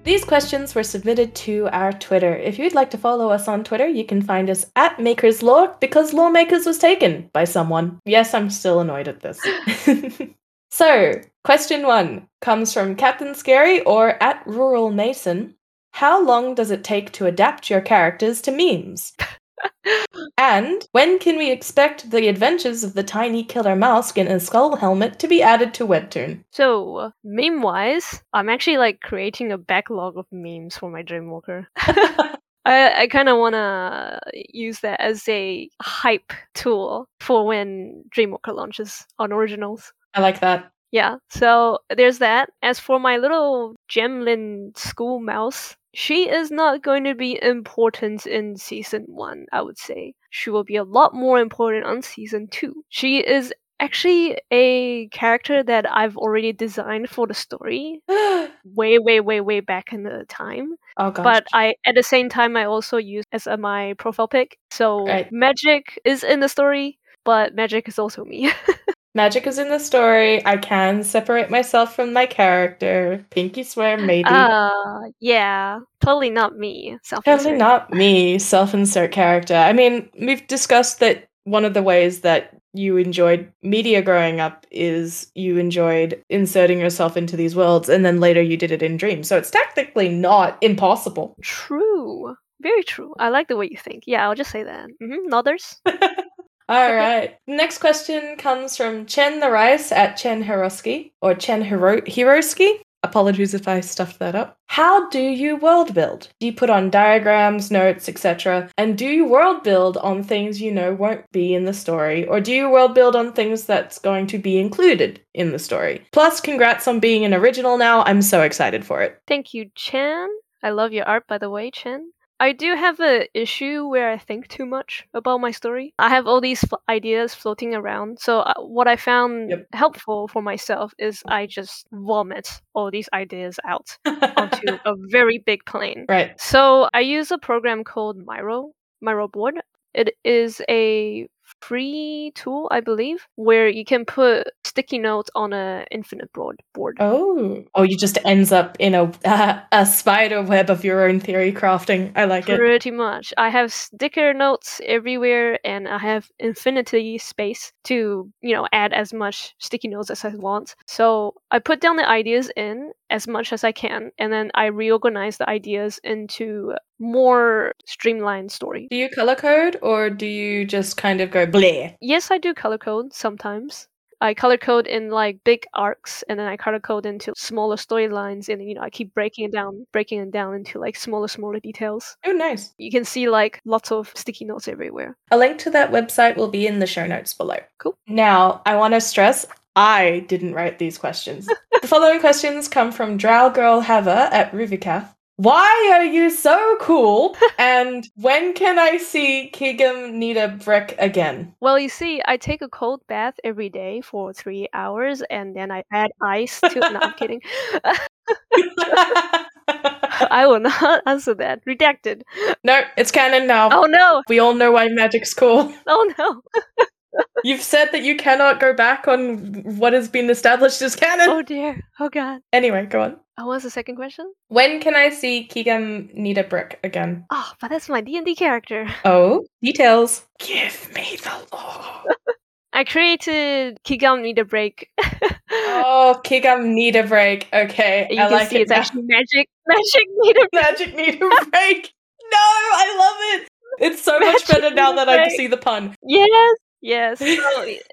Speaker 2: These questions were submitted to our Twitter. If you'd like to follow us on Twitter, you can find us at Makers Law because Lawmakers was taken by someone. Yes, I'm still annoyed at this. so, question one comes from Captain Scary or at Rural Mason. How long does it take to adapt your characters to memes? and when can we expect the adventures of the tiny killer mouse in a skull helmet to be added to Webtoon?
Speaker 1: So, meme wise, I'm actually like creating a backlog of memes for my Dreamwalker. I, I kind of want to use that as a hype tool for when Dreamwalker launches on originals.
Speaker 2: I like that.
Speaker 1: Yeah, so there's that. As for my little Gemlin school mouse, she is not going to be important in season one, I would say. She will be a lot more important on season two. She is actually a character that I've already designed for the story
Speaker 2: oh
Speaker 1: way, way, way, way back in the time.
Speaker 2: gosh.
Speaker 1: But I, at the same time, I also use as a, my profile pic. So
Speaker 2: Right.
Speaker 1: magic is in the story, but magic is also me.
Speaker 2: Magic is in the story. I can separate myself from my character. Pinky swear, maybe.
Speaker 1: uh, yeah, totally not me.
Speaker 2: Definitely
Speaker 1: self-insert.
Speaker 2: not me. Self insert character. I mean, we've discussed that one of the ways that you enjoyed media growing up is you enjoyed inserting yourself into these worlds, and then later you did it in dreams. So it's technically not impossible.
Speaker 1: True. Very true. I like the way you think. Yeah, I'll just say that. hmm Others?
Speaker 2: All right. Next question comes from Chen the Rice at Chen Hiroski or Chen Hiro- Hiroski. Apologies if I stuffed that up. How do you world build? Do you put on diagrams, notes, etc.? And do you world build on things you know won't be in the story, or do you world build on things that's going to be included in the story? Plus, congrats on being an original now. I'm so excited for it.
Speaker 1: Thank you, Chen. I love your art, by the way, Chen. I do have an issue where I think too much about my story. I have all these fl- ideas floating around. So, uh, what I found
Speaker 2: Yep.
Speaker 1: helpful for myself is I just vomit all these ideas out onto a very big plane.
Speaker 2: right.
Speaker 1: So I use a program called Miro, Miro Board. It is a free tool, I believe, where you can put sticky notes on a infinite broad board.
Speaker 2: Oh, oh, you just ends up in a a spider web of your own theory crafting. I like it.
Speaker 1: Pretty much. I have sticker notes everywhere and I have infinity space to, you know, add as much sticky notes as I want. So I put down the ideas in as much as I can and then I reorganize the ideas into more streamlined story.
Speaker 2: Do you color code or do you just kind of go bleh?
Speaker 1: Yes, I do color code sometimes. I color code in like big arcs and then I color code into smaller storylines and you know I keep breaking it down, breaking it down into like smaller, smaller details.
Speaker 2: Oh, nice.
Speaker 1: You can see like lots of sticky notes everywhere.
Speaker 2: A link to that website will be in the show notes below.
Speaker 1: Cool.
Speaker 2: Now, I want to stress I didn't write these questions. the following questions come from Drow Girl Hava at Ruvicath. Why are you so cool? and when can I see Kigam Nita Brick again?
Speaker 1: Well, you see, I take a cold bath every day for three hours and then I add ice to. no, I'm kidding. I will not answer that. Redacted.
Speaker 2: no, it's canon now.
Speaker 1: Oh no!
Speaker 2: We all know why magic's cool.
Speaker 1: Oh no!
Speaker 2: You've said that you cannot go back on what has been established as canon.
Speaker 1: Oh dear! Oh god!
Speaker 2: Anyway, go on.
Speaker 1: Oh, what was the second question?
Speaker 2: When can I see Keegan need a brick again?
Speaker 1: Oh, but that's my D and D character.
Speaker 2: Oh, details. Give me the law.
Speaker 1: I created Kigam Need a Break.
Speaker 2: oh, Keegan need a break. Okay,
Speaker 1: you
Speaker 2: I
Speaker 1: can
Speaker 2: like
Speaker 1: see
Speaker 2: it.
Speaker 1: it's
Speaker 2: now.
Speaker 1: actually magic. Magic Need a
Speaker 2: Magic need a break. No, I love it. It's so much
Speaker 1: Magic
Speaker 2: better now
Speaker 1: need a
Speaker 2: that I
Speaker 1: break.
Speaker 2: see the pun.
Speaker 1: Yes! Yes. So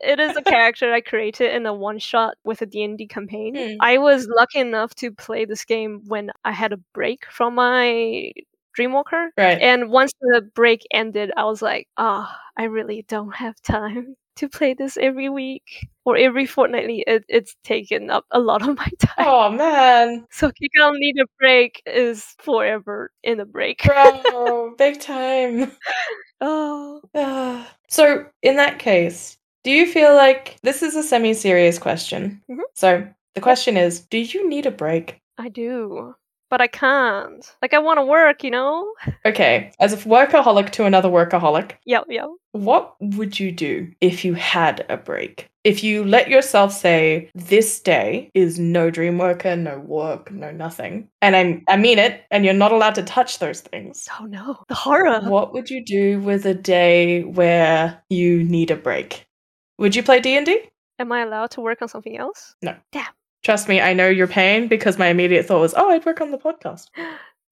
Speaker 1: it is a character I created in a one shot with a D&D campaign.
Speaker 2: Hmm.
Speaker 1: I was lucky enough to play this game when I had a break from my Dreamwalker.
Speaker 2: Right.
Speaker 1: And once the break ended, I was like, ah, I really don't have time to play this every week or every fortnightly. It, it's taken up a lot of my time.
Speaker 2: oh man,
Speaker 1: So Kikam need a break is forever in a break.
Speaker 2: bro, big time.
Speaker 1: Oh,
Speaker 2: Ah. so in that case do you feel like this is a semi-serious question
Speaker 1: Mhm.
Speaker 2: so The question is, do you need a break?
Speaker 1: I do. But I can't. Like, I want to work, you know?
Speaker 2: Okay, as a workaholic to another workaholic,
Speaker 1: Yep, yep.
Speaker 2: what would you do if you had a break? If you let yourself say, this day is no dream worker, no work, no nothing, and I, I mean it, and you're not allowed to touch those things,
Speaker 1: Oh no. The horror.
Speaker 2: what would you do with a day where you need a break? Would you play D&D?
Speaker 1: Am I allowed to work on something else?
Speaker 2: Trust me, I know your pain because my immediate thought was, oh, I'd work on the podcast.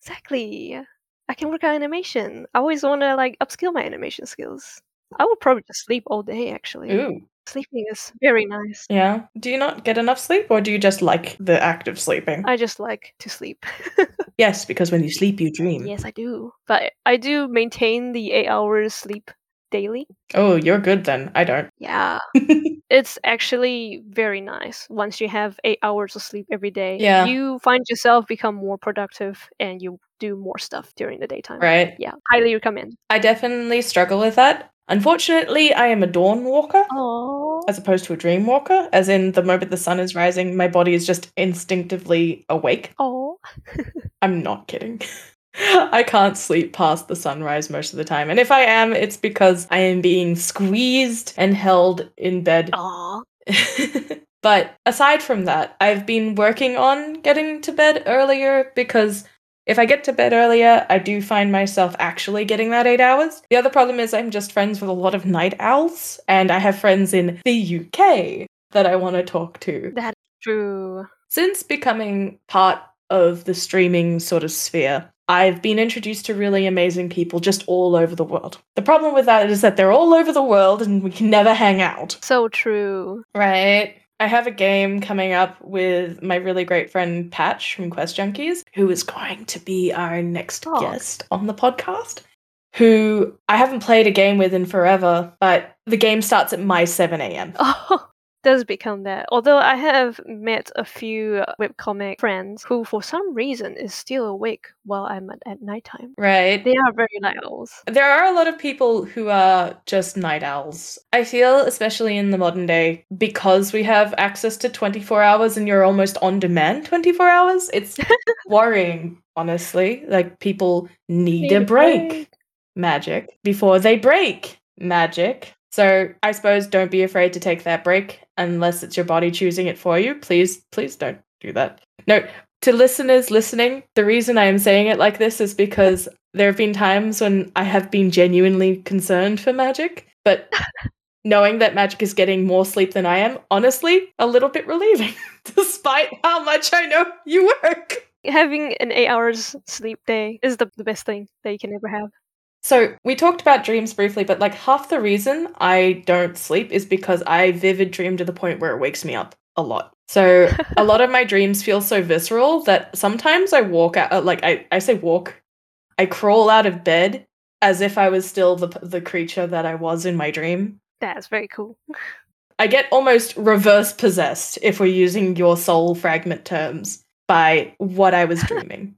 Speaker 1: Exactly. I can work on animation. I always want to, like, upskill my animation skills. I would probably just sleep all day, actually.
Speaker 2: Ooh.
Speaker 1: Sleeping is very nice.
Speaker 2: Yeah. Do you not get enough sleep or do you just like the act of sleeping?
Speaker 1: I just like to sleep.
Speaker 2: yes, because when you sleep, you dream.
Speaker 1: yes, I do. But I do maintain the eight hours sleep daily.
Speaker 2: Oh, you're good then. I don't.
Speaker 1: Yeah. it's actually very nice once you have eight hours of sleep every day.
Speaker 2: Yeah.
Speaker 1: You find yourself become more productive and you do more stuff during the daytime.
Speaker 2: right.
Speaker 1: Yeah. Highly recommend.
Speaker 2: I definitely struggle with that. Unfortunately, I am a dawn walker
Speaker 1: Oh.
Speaker 2: as opposed to a dream walker, as in the moment the sun is rising, my body is just instinctively awake.
Speaker 1: Oh.
Speaker 2: I'm not kidding. I can't sleep past the sunrise most of the time. And if I am, it's because I am being squeezed and held in bed
Speaker 1: Aw.
Speaker 2: but aside from that, I've been working on getting to bed earlier because if I get to bed earlier, I do find myself actually getting that eight hours. The other problem is I'm just friends with a lot of night owls, and I have friends in the UK that I want to talk to.
Speaker 1: True.
Speaker 2: Since becoming part of the streaming sort of sphere, I've been introduced to really amazing people just all over the world. The problem with that is that they're all over the world and we can never hang out.
Speaker 1: So true.
Speaker 2: Right. I have a game coming up with my really great friend Patch from Quest Junkies, who is going to be our next
Speaker 1: Oh.
Speaker 2: guest on the podcast. Who I haven't played a game with in forever, but the game starts at my 7 a.m.
Speaker 1: Oh. Does become that. Although I have met a few webcomic friends who, for some reason, is still awake while I'm at, at nighttime.
Speaker 2: Right.
Speaker 1: They are very night owls.
Speaker 2: There are a lot of people who are just night owls. I feel, especially in the modern day, because we have access to 24 hours and you're almost on demand 24 hours, it's worrying, honestly. Like, people need, a break. magic before they break magic. So I suppose don't be afraid to take that break unless it's your body choosing it for you. Please, please don't do that. No, to listeners listening, the reason I am saying it like this is because there have been times when I have been genuinely concerned for magic, but knowing that magic is getting more sleep than I am, honestly, a little bit relieving, despite how much I know you work.
Speaker 1: having an eight hours sleep day is the, the best thing that you can ever have.
Speaker 2: So we talked about dreams briefly, but like half the reason I don't sleep is because I vivid dream to the point where it wakes me up a lot. So a lot of my dreams feel so visceral that sometimes I walk out, uh, like I, I say walk, I crawl out of bed as if I was still the, the creature that I was in my dream.
Speaker 1: That's very cool.
Speaker 2: I get almost reverse possessed, if we're using your soul fragment terms, by what I was dreaming.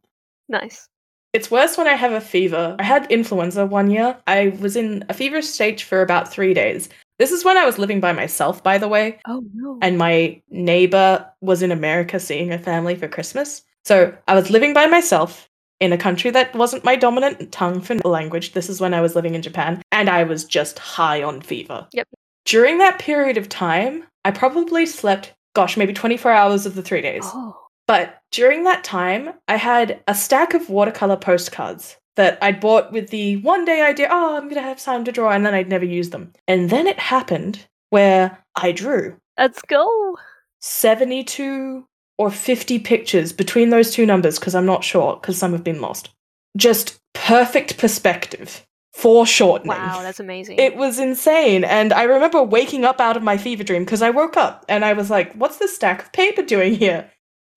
Speaker 1: Nice.
Speaker 2: It's worse when I have a fever. I had influenza one year. I was in a feverish stage for about three days. This is when I was living by myself, by the way,
Speaker 1: Oh no.
Speaker 2: and my neighbor was in America seeing her family for Christmas. So I was living by myself in a country that wasn't my dominant tongue for language. This is when I was living in Japan, and I was just high on fever.
Speaker 1: Yep.
Speaker 2: During that period of time, I probably slept, gosh, maybe 24 hours of the three days.
Speaker 1: oh.
Speaker 2: But during that time, I had a stack of watercolor postcards that I'd bought with the one day idea, oh, I'm going to have time to draw, and then I'd never use them. And then it happened where I drew
Speaker 1: Let's go.
Speaker 2: 72 or 50 pictures between those two numbers, because I'm not sure, because some have been lost. Just perfect perspective, foreshortening.
Speaker 1: Wow, that's amazing.
Speaker 2: It was insane. And I remember waking up out of my fever dream because I woke up and I was like, what's this stack of paper doing here?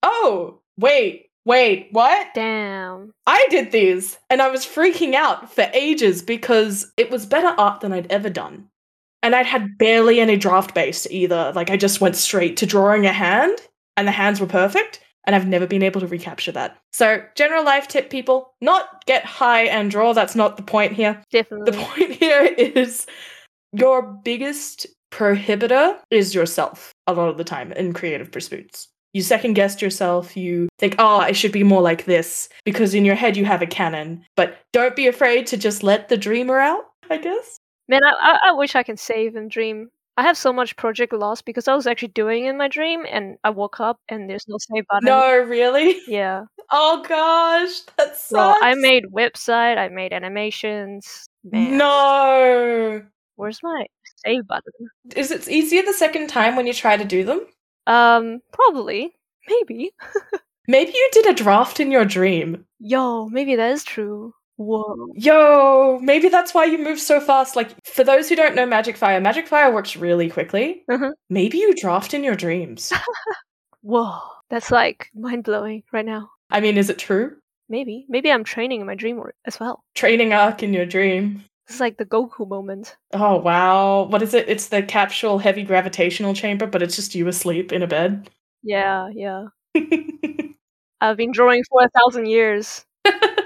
Speaker 2: Oh, wait, wait, what?
Speaker 1: Damn.
Speaker 2: I did these. And I was freaking out for ages because it was better art than I'd ever done. And I'd had barely any draft base either. Like I just went straight to drawing a hand and the hands were perfect. And I've never been able to recapture that. So, general life tip people not get high and draw. That's not the point here. The
Speaker 1: Definitely.
Speaker 2: point here is your biggest prohibitor is yourself a lot of the time in creative pursuits. You second guess yourself. You think, oh, I should be more like this because in your head you have a canon. But don't be afraid to just let the dreamer out, I guess.
Speaker 1: Man, I, I, I wish I can save and dream. I have so much project loss because I was actually doing in my dream and I woke up and there's no save button.
Speaker 2: No, really?
Speaker 1: Yeah.
Speaker 2: Oh gosh, that sucks.
Speaker 1: So I made website, I made animations. Man,
Speaker 2: No.
Speaker 1: where's my save button?
Speaker 2: Is it easier the second time when you try to do them?
Speaker 1: Um, probably, maybe.
Speaker 2: Maybe you did a draft in your dream.
Speaker 1: Yo, maybe that is true. Whoa.
Speaker 2: Yo, maybe that's why you move so fast. Like, for those who don't know Magic Fire, Magic Fire works really quickly.
Speaker 1: Mhm.
Speaker 2: Maybe you draft in your dreams.
Speaker 1: Whoa. That's like mind blowing right now.
Speaker 2: I mean, is it true?
Speaker 1: Maybe. Maybe I'm training in my dream work as well.
Speaker 2: Training arc in your dream.
Speaker 1: This is like the Goku moment.
Speaker 2: Oh, wow. What is it? It's the capsule heavy gravitational chamber, but it's just you asleep in a bed.
Speaker 1: Yeah, yeah. I've been drawing for a thousand years.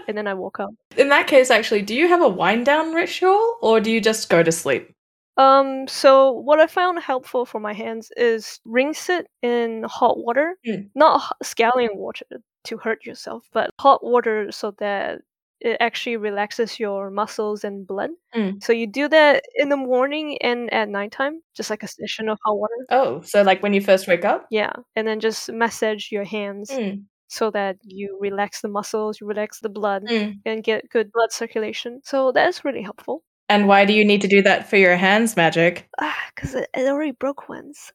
Speaker 1: and then I woke up.
Speaker 2: in that case, actually, do you have a wind down ritual or do you just go to sleep?
Speaker 1: Um, so what I found helpful for my hands is rinse it in hot water,
Speaker 2: Mm.
Speaker 1: not h- scalding water to hurt yourself, but hot water so that it actually relaxes your muscles and blood.
Speaker 2: Mm.
Speaker 1: So you do that in the morning and at nighttime, just like a
Speaker 2: Mm.
Speaker 1: session of hot water.
Speaker 2: Oh, so like when you first wake up?
Speaker 1: Yeah, and then just massage your hands
Speaker 2: Mm.
Speaker 1: so that you relax the muscles, you relax the blood,
Speaker 2: Mm.
Speaker 1: and get good blood circulation. So that's really helpful.
Speaker 2: And why do you need to do that for your hands, Magic?
Speaker 1: Ah, because it, it already broke once.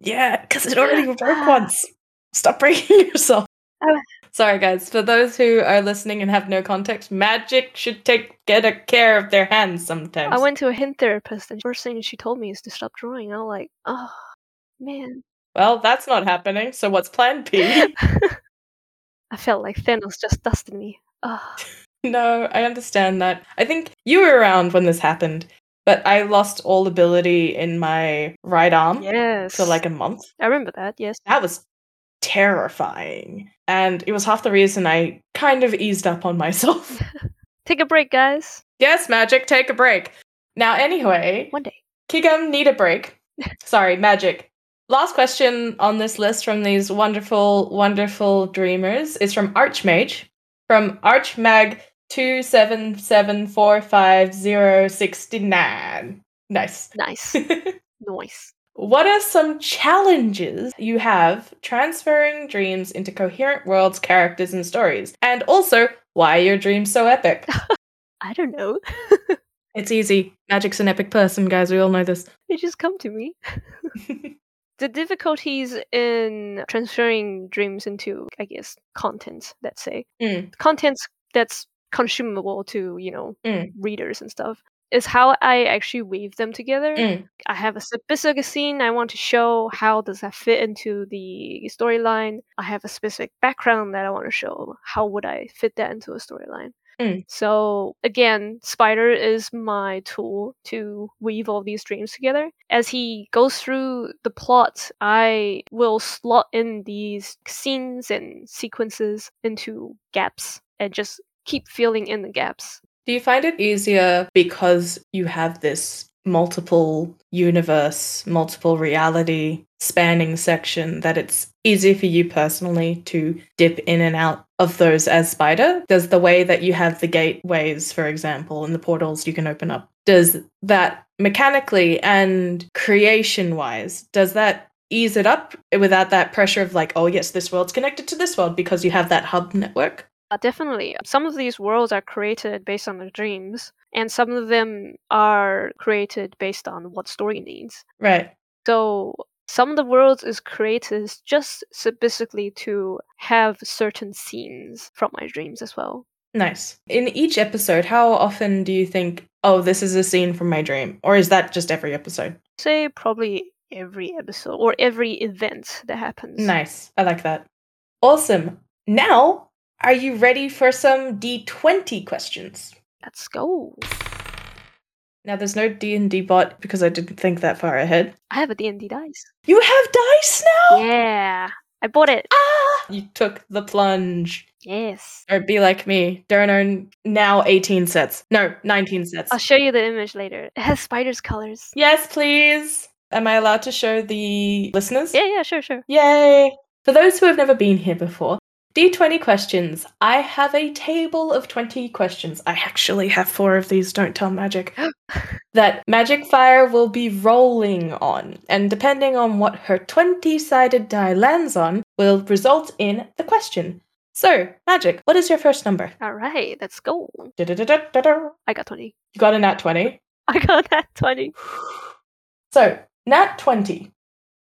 Speaker 2: Yeah, because it already broke once. Stop breaking yourself.
Speaker 1: Oh.
Speaker 2: Sorry, guys. For those who are listening and have no context, magic should take better care of their hands sometimes.
Speaker 1: I went to a hint therapist, and first thing she told me is to stop drawing. And I'm like, oh man,
Speaker 2: well, that's not happening. So what's Plan B?
Speaker 1: I felt like Thanos just dusted me. Ah,
Speaker 2: no, I understand that. I think you were around when this happened, but I lost all ability in my right arm
Speaker 1: yes.
Speaker 2: for Um, like a month.
Speaker 1: I remember that. Yes.
Speaker 2: that was terrifying. And it was half the reason I kind of eased up on myself.
Speaker 1: Take a break, guys.
Speaker 2: yes, magic, take a break. Now, anyway,
Speaker 1: One day.
Speaker 2: Kigum need a break. Sorry, magic. Last question on this list from these wonderful, wonderful dreamers is from Archmage, from Archmag two seven seven four five zero sixty nine. Nice.
Speaker 1: Nice. Noise.
Speaker 2: What are some challenges you have transferring dreams into coherent worlds, characters, and stories? And also, why are your dreams so epic?
Speaker 1: I don't know.
Speaker 2: it's easy. Magic's an epic person, guys. We all know this.
Speaker 1: It just come to me. The difficulties in transferring dreams into, I guess, content. Let's say
Speaker 2: Mm.
Speaker 1: content that's consumable to you know
Speaker 2: Mm.
Speaker 1: readers and stuff is how I actually weave them together.
Speaker 2: Mm.
Speaker 1: I have a specific scene I want to show. How does that fit into the storyline? I have a specific background that I want to show. How would I fit that into a storyline?
Speaker 2: Mm.
Speaker 1: So again, Spider is my tool to weave all these dreams together. As he goes through the plot, I will slot in these scenes and sequences into gaps and just keep filling in the gaps.
Speaker 2: Do you find it easier because you have this multiple universe, multiple reality spanning section that it's easy for you personally to dip in and out of those as spider? Does the way that you have the gateways, for example, and the portals you can open up, does that mechanically and creation wise, does that ease it up without that pressure of like, oh, yes, this world's connected to this world because you have that hub network?
Speaker 1: Uh, definitely. Some of these worlds are created based on the dreams, and some of them are created based on what story needs.
Speaker 2: Right.
Speaker 1: So some of the worlds is created just specifically to have certain scenes from my dreams as well.
Speaker 2: Nice. In each episode, how often do you think, oh, this is a scene from my dream? Or is that just every episode?
Speaker 1: Say probably every episode or every event that happens.
Speaker 2: Nice. I like that. Awesome. Now, are you ready for some D20 questions?
Speaker 1: Let's go.
Speaker 2: Now, there's no D&D bot because I didn't think that far ahead.
Speaker 1: I have a D&D dice.
Speaker 2: You have dice now?
Speaker 1: Yeah. I bought it.
Speaker 2: Ah! You took the plunge.
Speaker 1: Yes.
Speaker 2: Or be like me. Don't own now 18 sets. No, 19 sets.
Speaker 1: I'll show you the image later. It has spiders colors.
Speaker 2: yes, please. Am I allowed to show the listeners?
Speaker 1: Yeah, yeah, sure, sure.
Speaker 2: Yay! For those who have never been here before, D20 questions. I have a table of 20 questions. I actually have four of these, don't tell Magic. that Magic Fire will be rolling on, and depending on what her 20 sided die lands on, will result in the question. So, Magic, what is your first number?
Speaker 1: All right, let's go.
Speaker 2: Du-du-du-du-du-du.
Speaker 1: I got 20.
Speaker 2: You got a nat 20.
Speaker 1: I got that 20.
Speaker 2: So, nat 20.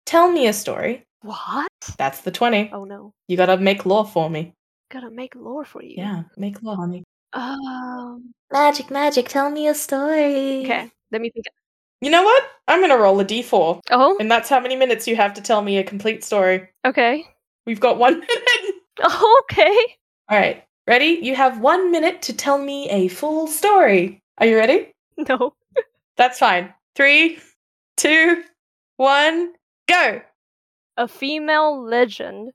Speaker 2: Tell me a story.
Speaker 1: What?
Speaker 2: That's the 20.
Speaker 1: Oh no.
Speaker 2: You gotta make law for me.
Speaker 1: Gotta make lore for you.
Speaker 2: Yeah, make law, honey.
Speaker 1: Um,
Speaker 2: Magic, magic, tell me a story.
Speaker 1: okay, let me think.
Speaker 2: You know what? I'm gonna roll a d4,
Speaker 1: Oh,
Speaker 2: and that's how many minutes you have to tell me a complete story.
Speaker 1: okay.
Speaker 2: We've got one minute.
Speaker 1: Okay.
Speaker 2: All right, ready? You have one minute to tell me a full story. Are you ready?
Speaker 1: No.
Speaker 2: That's fine. Three, two, one, go.
Speaker 1: A female legend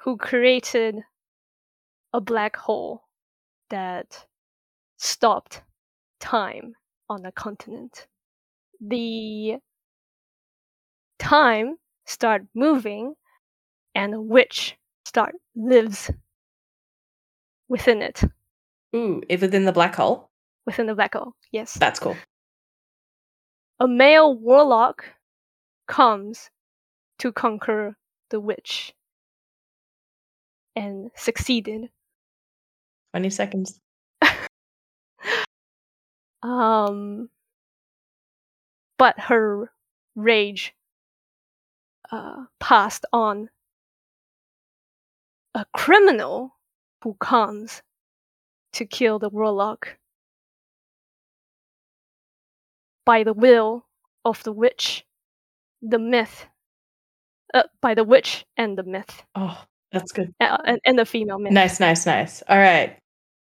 Speaker 1: who created a black hole that stopped time on a continent. The time start moving and a witch start lives within it,
Speaker 2: Ooh, it- within the black hole.
Speaker 1: within the black hole. Yes.
Speaker 2: That's cool.
Speaker 1: a male warlock comes to conquer the witch and succeeded.
Speaker 2: Twenty seconds.
Speaker 1: Um, but her rage uh, passed on a criminal who comes to kill the warlock by the will of the witch, the myth, uh, by the witch and the myth,
Speaker 2: Oh, that's good.
Speaker 1: uh, and, and the female myth.
Speaker 2: Nice, nice, nice. All right,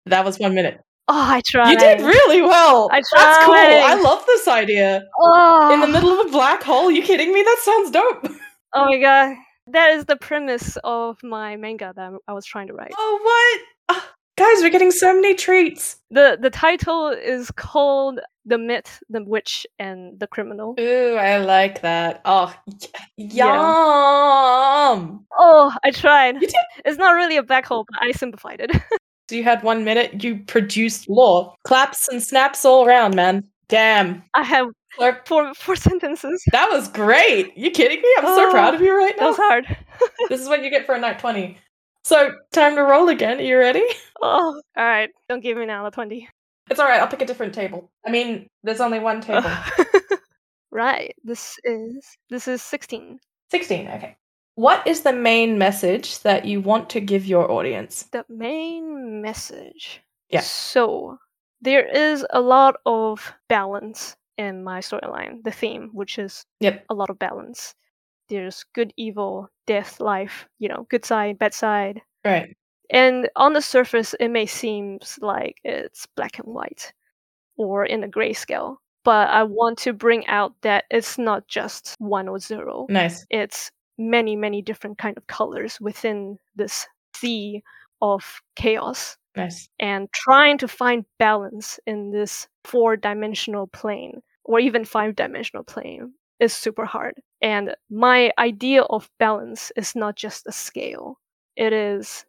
Speaker 2: that was one minute.
Speaker 1: Oh, I tried.
Speaker 2: You did really well.
Speaker 1: I
Speaker 2: That's cool.
Speaker 1: tried.
Speaker 2: I love this idea.
Speaker 1: Oh.
Speaker 2: In the middle of a black hole. You kidding me? That sounds dope.
Speaker 1: Oh my god. That is the premise of my manga that I'm- I was trying to write.
Speaker 2: Oh what? Ah, guys, we're getting so many treats.
Speaker 1: The the title is called The Myth, the Witch, and the Criminal.
Speaker 2: Ooh, I like that. Oh, y- yum.
Speaker 1: Oh, I tried.
Speaker 2: You did-
Speaker 1: It's not really a black hole, but I simplified it.
Speaker 2: So you had one minute. You produced lore. Claps and snaps all around, man. Damn.
Speaker 1: I have
Speaker 2: Slurp.
Speaker 1: four four sentences.
Speaker 2: That was great. You kidding me? I'm so
Speaker 1: Oh,
Speaker 2: proud of you right
Speaker 1: That
Speaker 2: now.
Speaker 1: was hard.
Speaker 2: this is what you get for a night 20. So, time to roll again. Are you ready?
Speaker 1: Oh, all right. Don't give me now the twenty.
Speaker 2: It's all right. I'll pick a different table. I mean, there's only one table.
Speaker 1: right. This is this is sixteen.
Speaker 2: 16. Okay. What is the main message that you want to give your audience?
Speaker 1: the main message.
Speaker 2: Yeah.
Speaker 1: So there is a lot of balance in my storyline, the theme, which is
Speaker 2: Yep.
Speaker 1: a lot of balance. There's good, evil, death, life, you know, good side, bad side.
Speaker 2: Right.
Speaker 1: And on the surface, it may seem like it's black and white or in a grayscale. But I want to bring out that it's not just one or zero
Speaker 2: Nice.
Speaker 1: it's many many different kind of colors within this sea of chaos
Speaker 2: Nice.
Speaker 1: and trying to find balance in this four dimensional plane or even five dimensional plane is super hard and my idea of balance is not just a scale it is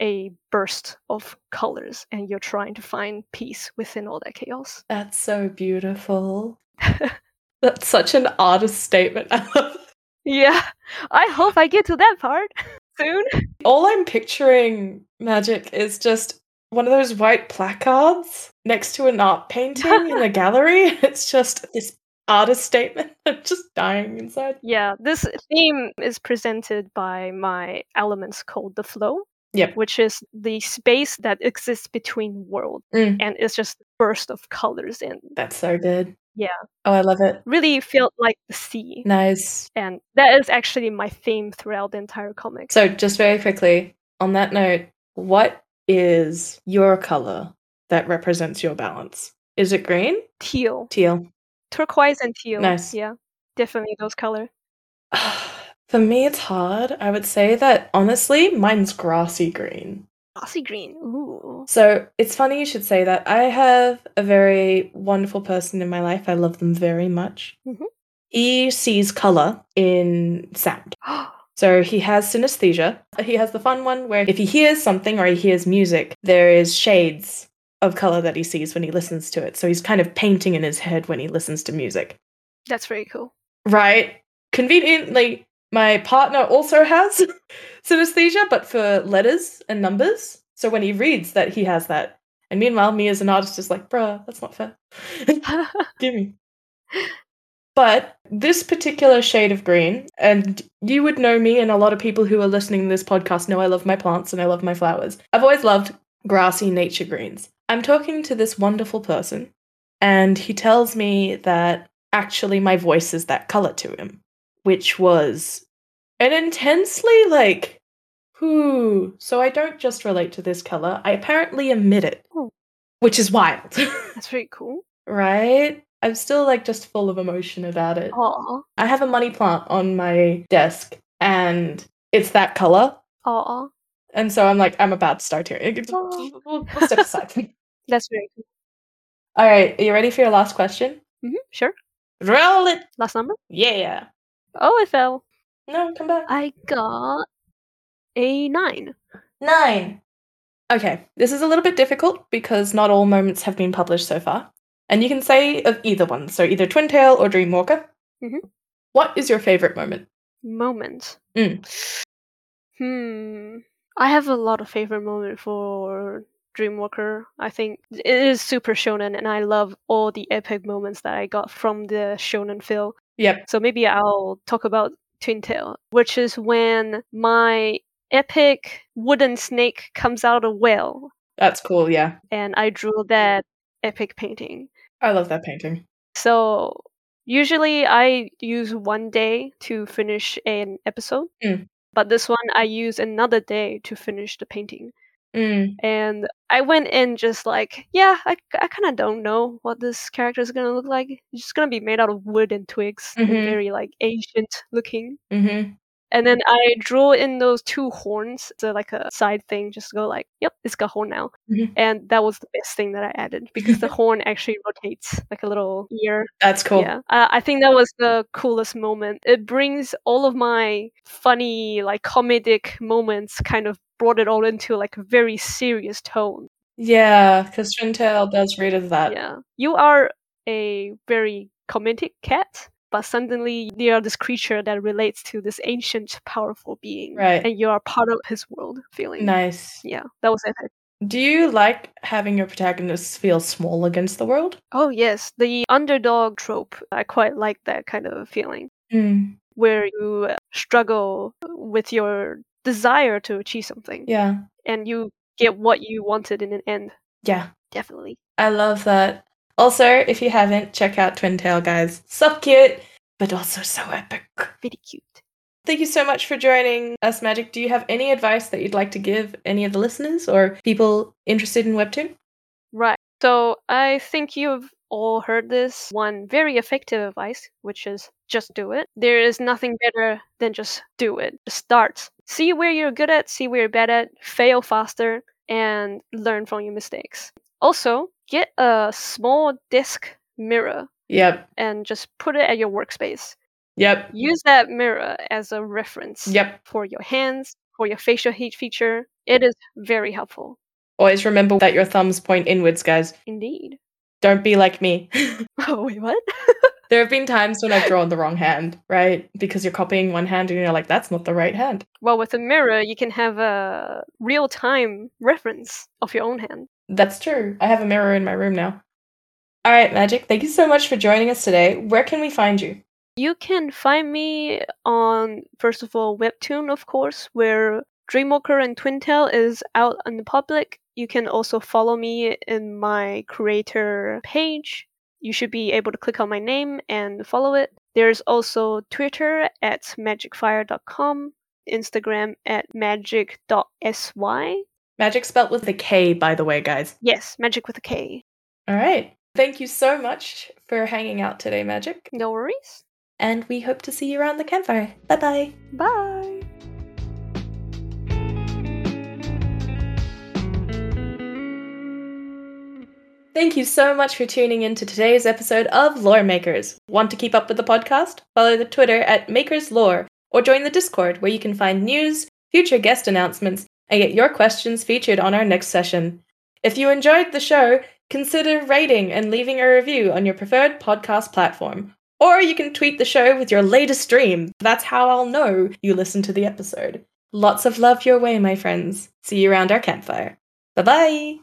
Speaker 1: a burst of colors and you're trying to find peace within all that chaos
Speaker 2: That's so beautiful. That's such an artist statement. I love it.
Speaker 1: yeah i hope i get to that part soon
Speaker 2: All I'm picturing, Magic, is just one of those white placards next to an art painting in a gallery. It's just this artist statement. I'm just dying inside.
Speaker 1: Yeah, this theme is presented by my elements called the flow,
Speaker 2: Yep.
Speaker 1: which is the space that exists between world,
Speaker 2: Mm.
Speaker 1: and it's just burst of colors and
Speaker 2: That's so good.
Speaker 1: Yeah.
Speaker 2: Oh, I love it.
Speaker 1: really felt like the sea.
Speaker 2: Nice.
Speaker 1: And that is actually my theme throughout the entire comic.
Speaker 2: So, just very quickly, on that note, what is your color that represents your balance? Is it green?
Speaker 1: teal,
Speaker 2: Teal.
Speaker 1: turquoise, and teal.
Speaker 2: Nice.
Speaker 1: Yeah, definitely those color.
Speaker 2: For me, it's hard. I would say that honestly, mine's grassy green.
Speaker 1: Glossy green. Ooh.
Speaker 2: So it's funny you should say that. I have a very wonderful person in my life. I love them very much.
Speaker 1: Mhm.
Speaker 2: He sees color in sound. So he has synesthesia. He has the fun one where if he hears something or he hears music, there is shades of color that he sees when he listens to it. So he's kind of painting in his head when he listens to music.
Speaker 1: That's very cool.
Speaker 2: Right. Conveniently, my partner also has synesthesia, but for letters and numbers. So when he reads that, he has that. And meanwhile, me as an artist is like, bruh, that's not fair. Give me. But this particular shade of green, and you would know me, and a lot of people who are listening to this podcast know I love my plants and I love my flowers. I've always loved grassy nature greens. I'm talking to this wonderful person, and he tells me that actually my voice is that color to him, which was an intensely like, whoo. So I don't just relate to this color, I apparently emit it,
Speaker 1: Oh.
Speaker 2: which is wild,
Speaker 1: That's very cool.
Speaker 2: right? I'm still like just full of emotion about it.
Speaker 1: Aw.
Speaker 2: I have a money plant on my desk, and it's that color.
Speaker 1: Aw.
Speaker 2: And so I'm like, I'm about to start hearing.
Speaker 1: Oh.
Speaker 2: We'll, we'll step aside.
Speaker 1: That's very cool.
Speaker 2: All right, are you ready for your last question?
Speaker 1: hmm Sure.
Speaker 2: Roll it.
Speaker 1: Last number?
Speaker 2: Yeah.
Speaker 1: Oh, it fell.
Speaker 2: No, come back.
Speaker 1: I got a nine.
Speaker 2: Nine. Okay, this is a little bit difficult because not all moments have been published so far. And you can say of either one, so either Twin Tail or Dreamwalker.
Speaker 1: Mhm.
Speaker 2: What is your favorite moment?
Speaker 1: Moment.
Speaker 2: Mm.
Speaker 1: Hmm. I have a lot of favorite moment for Dreamwalker. I think it is super shonen, and I love all the epic moments that I got from the shonen film.
Speaker 2: Yep.
Speaker 1: So maybe I'll talk about Twin Tail, which is when my epic wooden snake comes out of whale,
Speaker 2: That's cool, yeah.
Speaker 1: and I drew that epic painting.
Speaker 2: I love that painting.
Speaker 1: So usually I use one day to finish an episode,
Speaker 2: Mm.
Speaker 1: but this one I use another day to finish the painting.
Speaker 2: Mm.
Speaker 1: And I went in just like, yeah, I, I kind of don't know what this character is gonna look like. It's just gonna be made out of wood and twigs, and
Speaker 2: Mhm.
Speaker 1: very like ancient looking.
Speaker 2: Mm-hmm.
Speaker 1: And then I draw in those two horns, so like a side thing, just go like, yep, it's got horn now.
Speaker 2: Mhm.
Speaker 1: And that was the best thing that I added because
Speaker 2: Mm-hmm.
Speaker 1: the horn actually rotates like a little ear
Speaker 2: That's cool.
Speaker 1: yeah, uh, I think that was the coolest moment. It brings all of my funny, like comedic moments, kind of brought it all into like a very serious tone.
Speaker 2: Yeah, because Twin Tail does read as that.
Speaker 1: yeah, you are a very comedic cat, but suddenly you are this creature that relates to this ancient, powerful being,
Speaker 2: Right.
Speaker 1: and you are part of his world. Feeling
Speaker 2: Nice.
Speaker 1: Yeah, that was epic.
Speaker 2: Do you like having your protagonists feel small against the world?
Speaker 1: Oh yes, the underdog trope. I quite like that kind of feeling.
Speaker 2: Mm.
Speaker 1: where you uh, struggle with your desire to achieve something
Speaker 2: Yeah.
Speaker 1: and you get what you wanted in an end
Speaker 2: Yeah.
Speaker 1: definitely
Speaker 2: I love that. Also, if you haven't, check out Twin Tail, guys. So cute, but also so epic.
Speaker 1: pretty cute
Speaker 2: Thank you so much for joining us, Magic. Do you have any advice that you'd like to give any of the listeners or people interested in Webtoon?
Speaker 1: right so i think you've all heard this one very effective advice which is just do it there is nothing better than just do it just start see where you're good at see where you're bad at fail faster and learn from your mistakes also get a small desk mirror
Speaker 2: Yep.
Speaker 1: and just put it at your workspace
Speaker 2: Yep.
Speaker 1: use that mirror as a reference
Speaker 2: Yep.
Speaker 1: for your hands, for your facial heat feature. It is very helpful
Speaker 2: Always remember that your thumbs point inwards, guys.
Speaker 1: indeed.
Speaker 2: Don't be like me.
Speaker 1: Oh, wait, what?
Speaker 2: there have been times when I've drawn the wrong hand, right? Because you're copying one hand and you're like, that's not the right hand.
Speaker 1: Well, with a mirror, you can have a real time reference of your own hand.
Speaker 2: That's true. I have a mirror in my room now. All right, Magic, thank you so much for joining us today. Where can we find you?
Speaker 1: You can find me on, first of all, Webtoon, of course, where Dreamwalker and Twintail is out in the public. You can also follow me in my creator page. You should be able to click on my name and follow it. There's also Twitter at magicfire.com, Instagram at magic.sy.
Speaker 2: Magic spelt with a K, by the way, guys.
Speaker 1: Yes, magic with a K.
Speaker 2: All right. Thank you so much for hanging out today, Magic.
Speaker 1: No worries.
Speaker 2: And we hope to see you around the campfire. Bye bye.
Speaker 1: Bye.
Speaker 2: Thank you so much for tuning in to today's episode of Lore Makers. Want to keep up with the podcast? Follow the Twitter at Makers Lore or join the Discord where you can find news, future guest announcements, and get your questions featured on our next session. If you enjoyed the show, consider rating and leaving a review on your preferred podcast platform. Or you can tweet the show with your latest stream. That's how I'll know you listened to the episode. Lots of love your way, my friends. See you around our campfire. Bye bye!